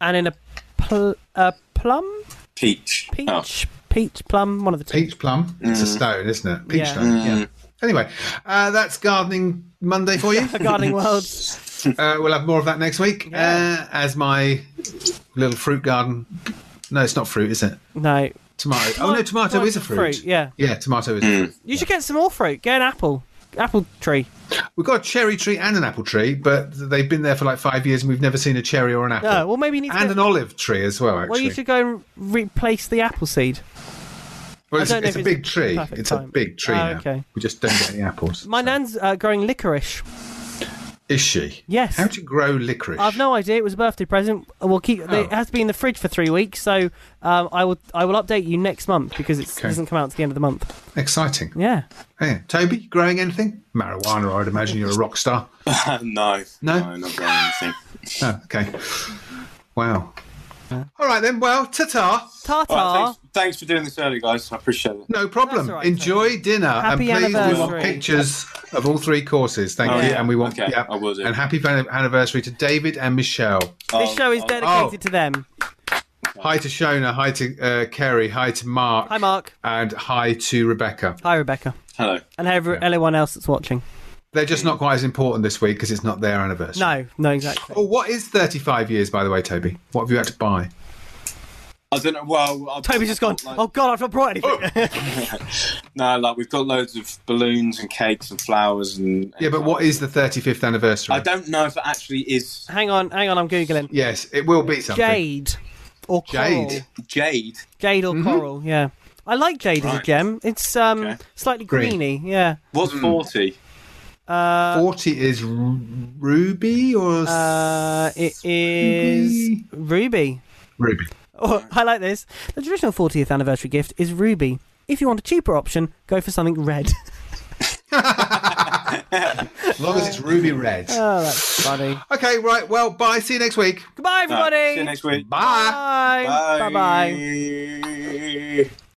S2: And in a, pl- a plum?
S3: Peach.
S2: Peach?
S3: Oh.
S2: Peach, plum, one of the two.
S1: Peach plum. It's a stone, isn't it? Peach
S2: Yeah.
S1: stone. Yeah. Anyway, uh, that's gardening Monday for you.
S2: Gardening World.
S1: uh, we'll have more of that next week. Uh, as my little fruit garden. No, it's not fruit, is it?
S2: No.
S1: Tomato. Oh no, tomato is a fruit.
S2: Fruit, yeah.
S1: Yeah, tomato is. a fruit.
S2: You should get some more fruit. Get an apple. Apple tree.
S1: We've got a cherry tree and an apple tree, but they've been there for like five years, and we've never seen a cherry or an apple.
S2: No, Uh, Oh, well, maybe you need to
S1: and
S2: get-
S1: an olive tree as well. Actually,
S2: Well, you should go and replace the apple seed.
S1: Well, it's,
S2: I don't know
S1: it's a
S2: if it's
S1: big tree.
S2: perfect
S1: It's
S2: time.
S1: a big tree
S2: Ah,
S1: now.
S2: okay.
S1: We just don't get any apples.
S2: My nan's uh, growing licorice.
S1: Is she?
S2: Yes.
S1: How do you grow licorice?
S2: I've no idea. It was a birthday present. We'll keep.
S1: Oh.
S2: It has to be in the fridge for three weeks, so um, I will. I will update you next month because it
S1: Okay.
S2: doesn't come out to the end of the month.
S1: Exciting.
S2: Yeah.
S1: Yeah. Toby, growing anything? Marijuana, I'd imagine you're a rock star.
S3: no.
S1: No?
S3: No, not growing anything.
S1: Oh, okay. Wow.
S2: Uh-huh.
S1: All right then. Well, ta-ta.
S2: Tartar.
S3: All right, thanks, thanks for doing this early, guys. I appreciate it.
S1: No problem.
S2: That's all right,
S1: Enjoy dinner
S2: Happy
S1: and please we want
S2: anniversary.
S1: pictures of all three courses. Thank
S3: Oh,
S1: you.
S3: yeah.
S1: And we want
S3: Okay,
S1: yeah.
S3: I will do.
S1: And happy fan- anniversary to David and Michelle.
S2: this show is
S3: I'll-
S2: dedicated
S1: oh.
S2: to them.
S1: Hi to Shona. Hi to uh, Kerry. Hi to Mark.
S2: Hi, Mark.
S1: And hi to Rebecca.
S2: Hi, Rebecca,
S3: Hello.
S2: and every, everyone else that's watching.
S1: They're just not quite as important this week because it's not their anniversary.
S2: No, no, exactly.
S1: Oh, what is 35 years, by the way, Toby? What have you had to buy?
S3: I don't know. Well, I've,
S2: Toby's just gone.
S3: Like,
S2: Oh God, I've not brought anything.
S3: No, like we've got loads of balloons and cakes and flowers and.
S1: Yeah, but what is the 35th anniversary?
S3: I don't know if it actually is
S2: hang on, hang on. I'm googling
S1: Yes, it will be something.
S2: jade or coral.
S1: Jade. Mm-hmm.
S3: jade.
S2: Jade or coral. Yeah. I like jade as a
S3: Right.
S2: gem. It's um
S3: Okay.
S2: slightly
S1: Green. Hmm.
S2: greeny. Yeah.
S3: What's forty?
S2: Uh,
S1: 40 is Ru- Ruby or
S2: uh, it is
S1: Ruby?
S2: Ruby.
S1: Ruby.
S2: Oh, I like this. The traditional 40th anniversary gift is Ruby. If you want a cheaper option, go for something red.
S1: As long as it's Ruby Red.
S2: oh, that's funny.
S1: Okay, right. Well, bye. See you next week.
S2: Goodbye,
S3: Uh,
S2: everybody.
S3: see you next week.
S1: Bye.
S2: Bye. Bye. Bye.
S3: Bye.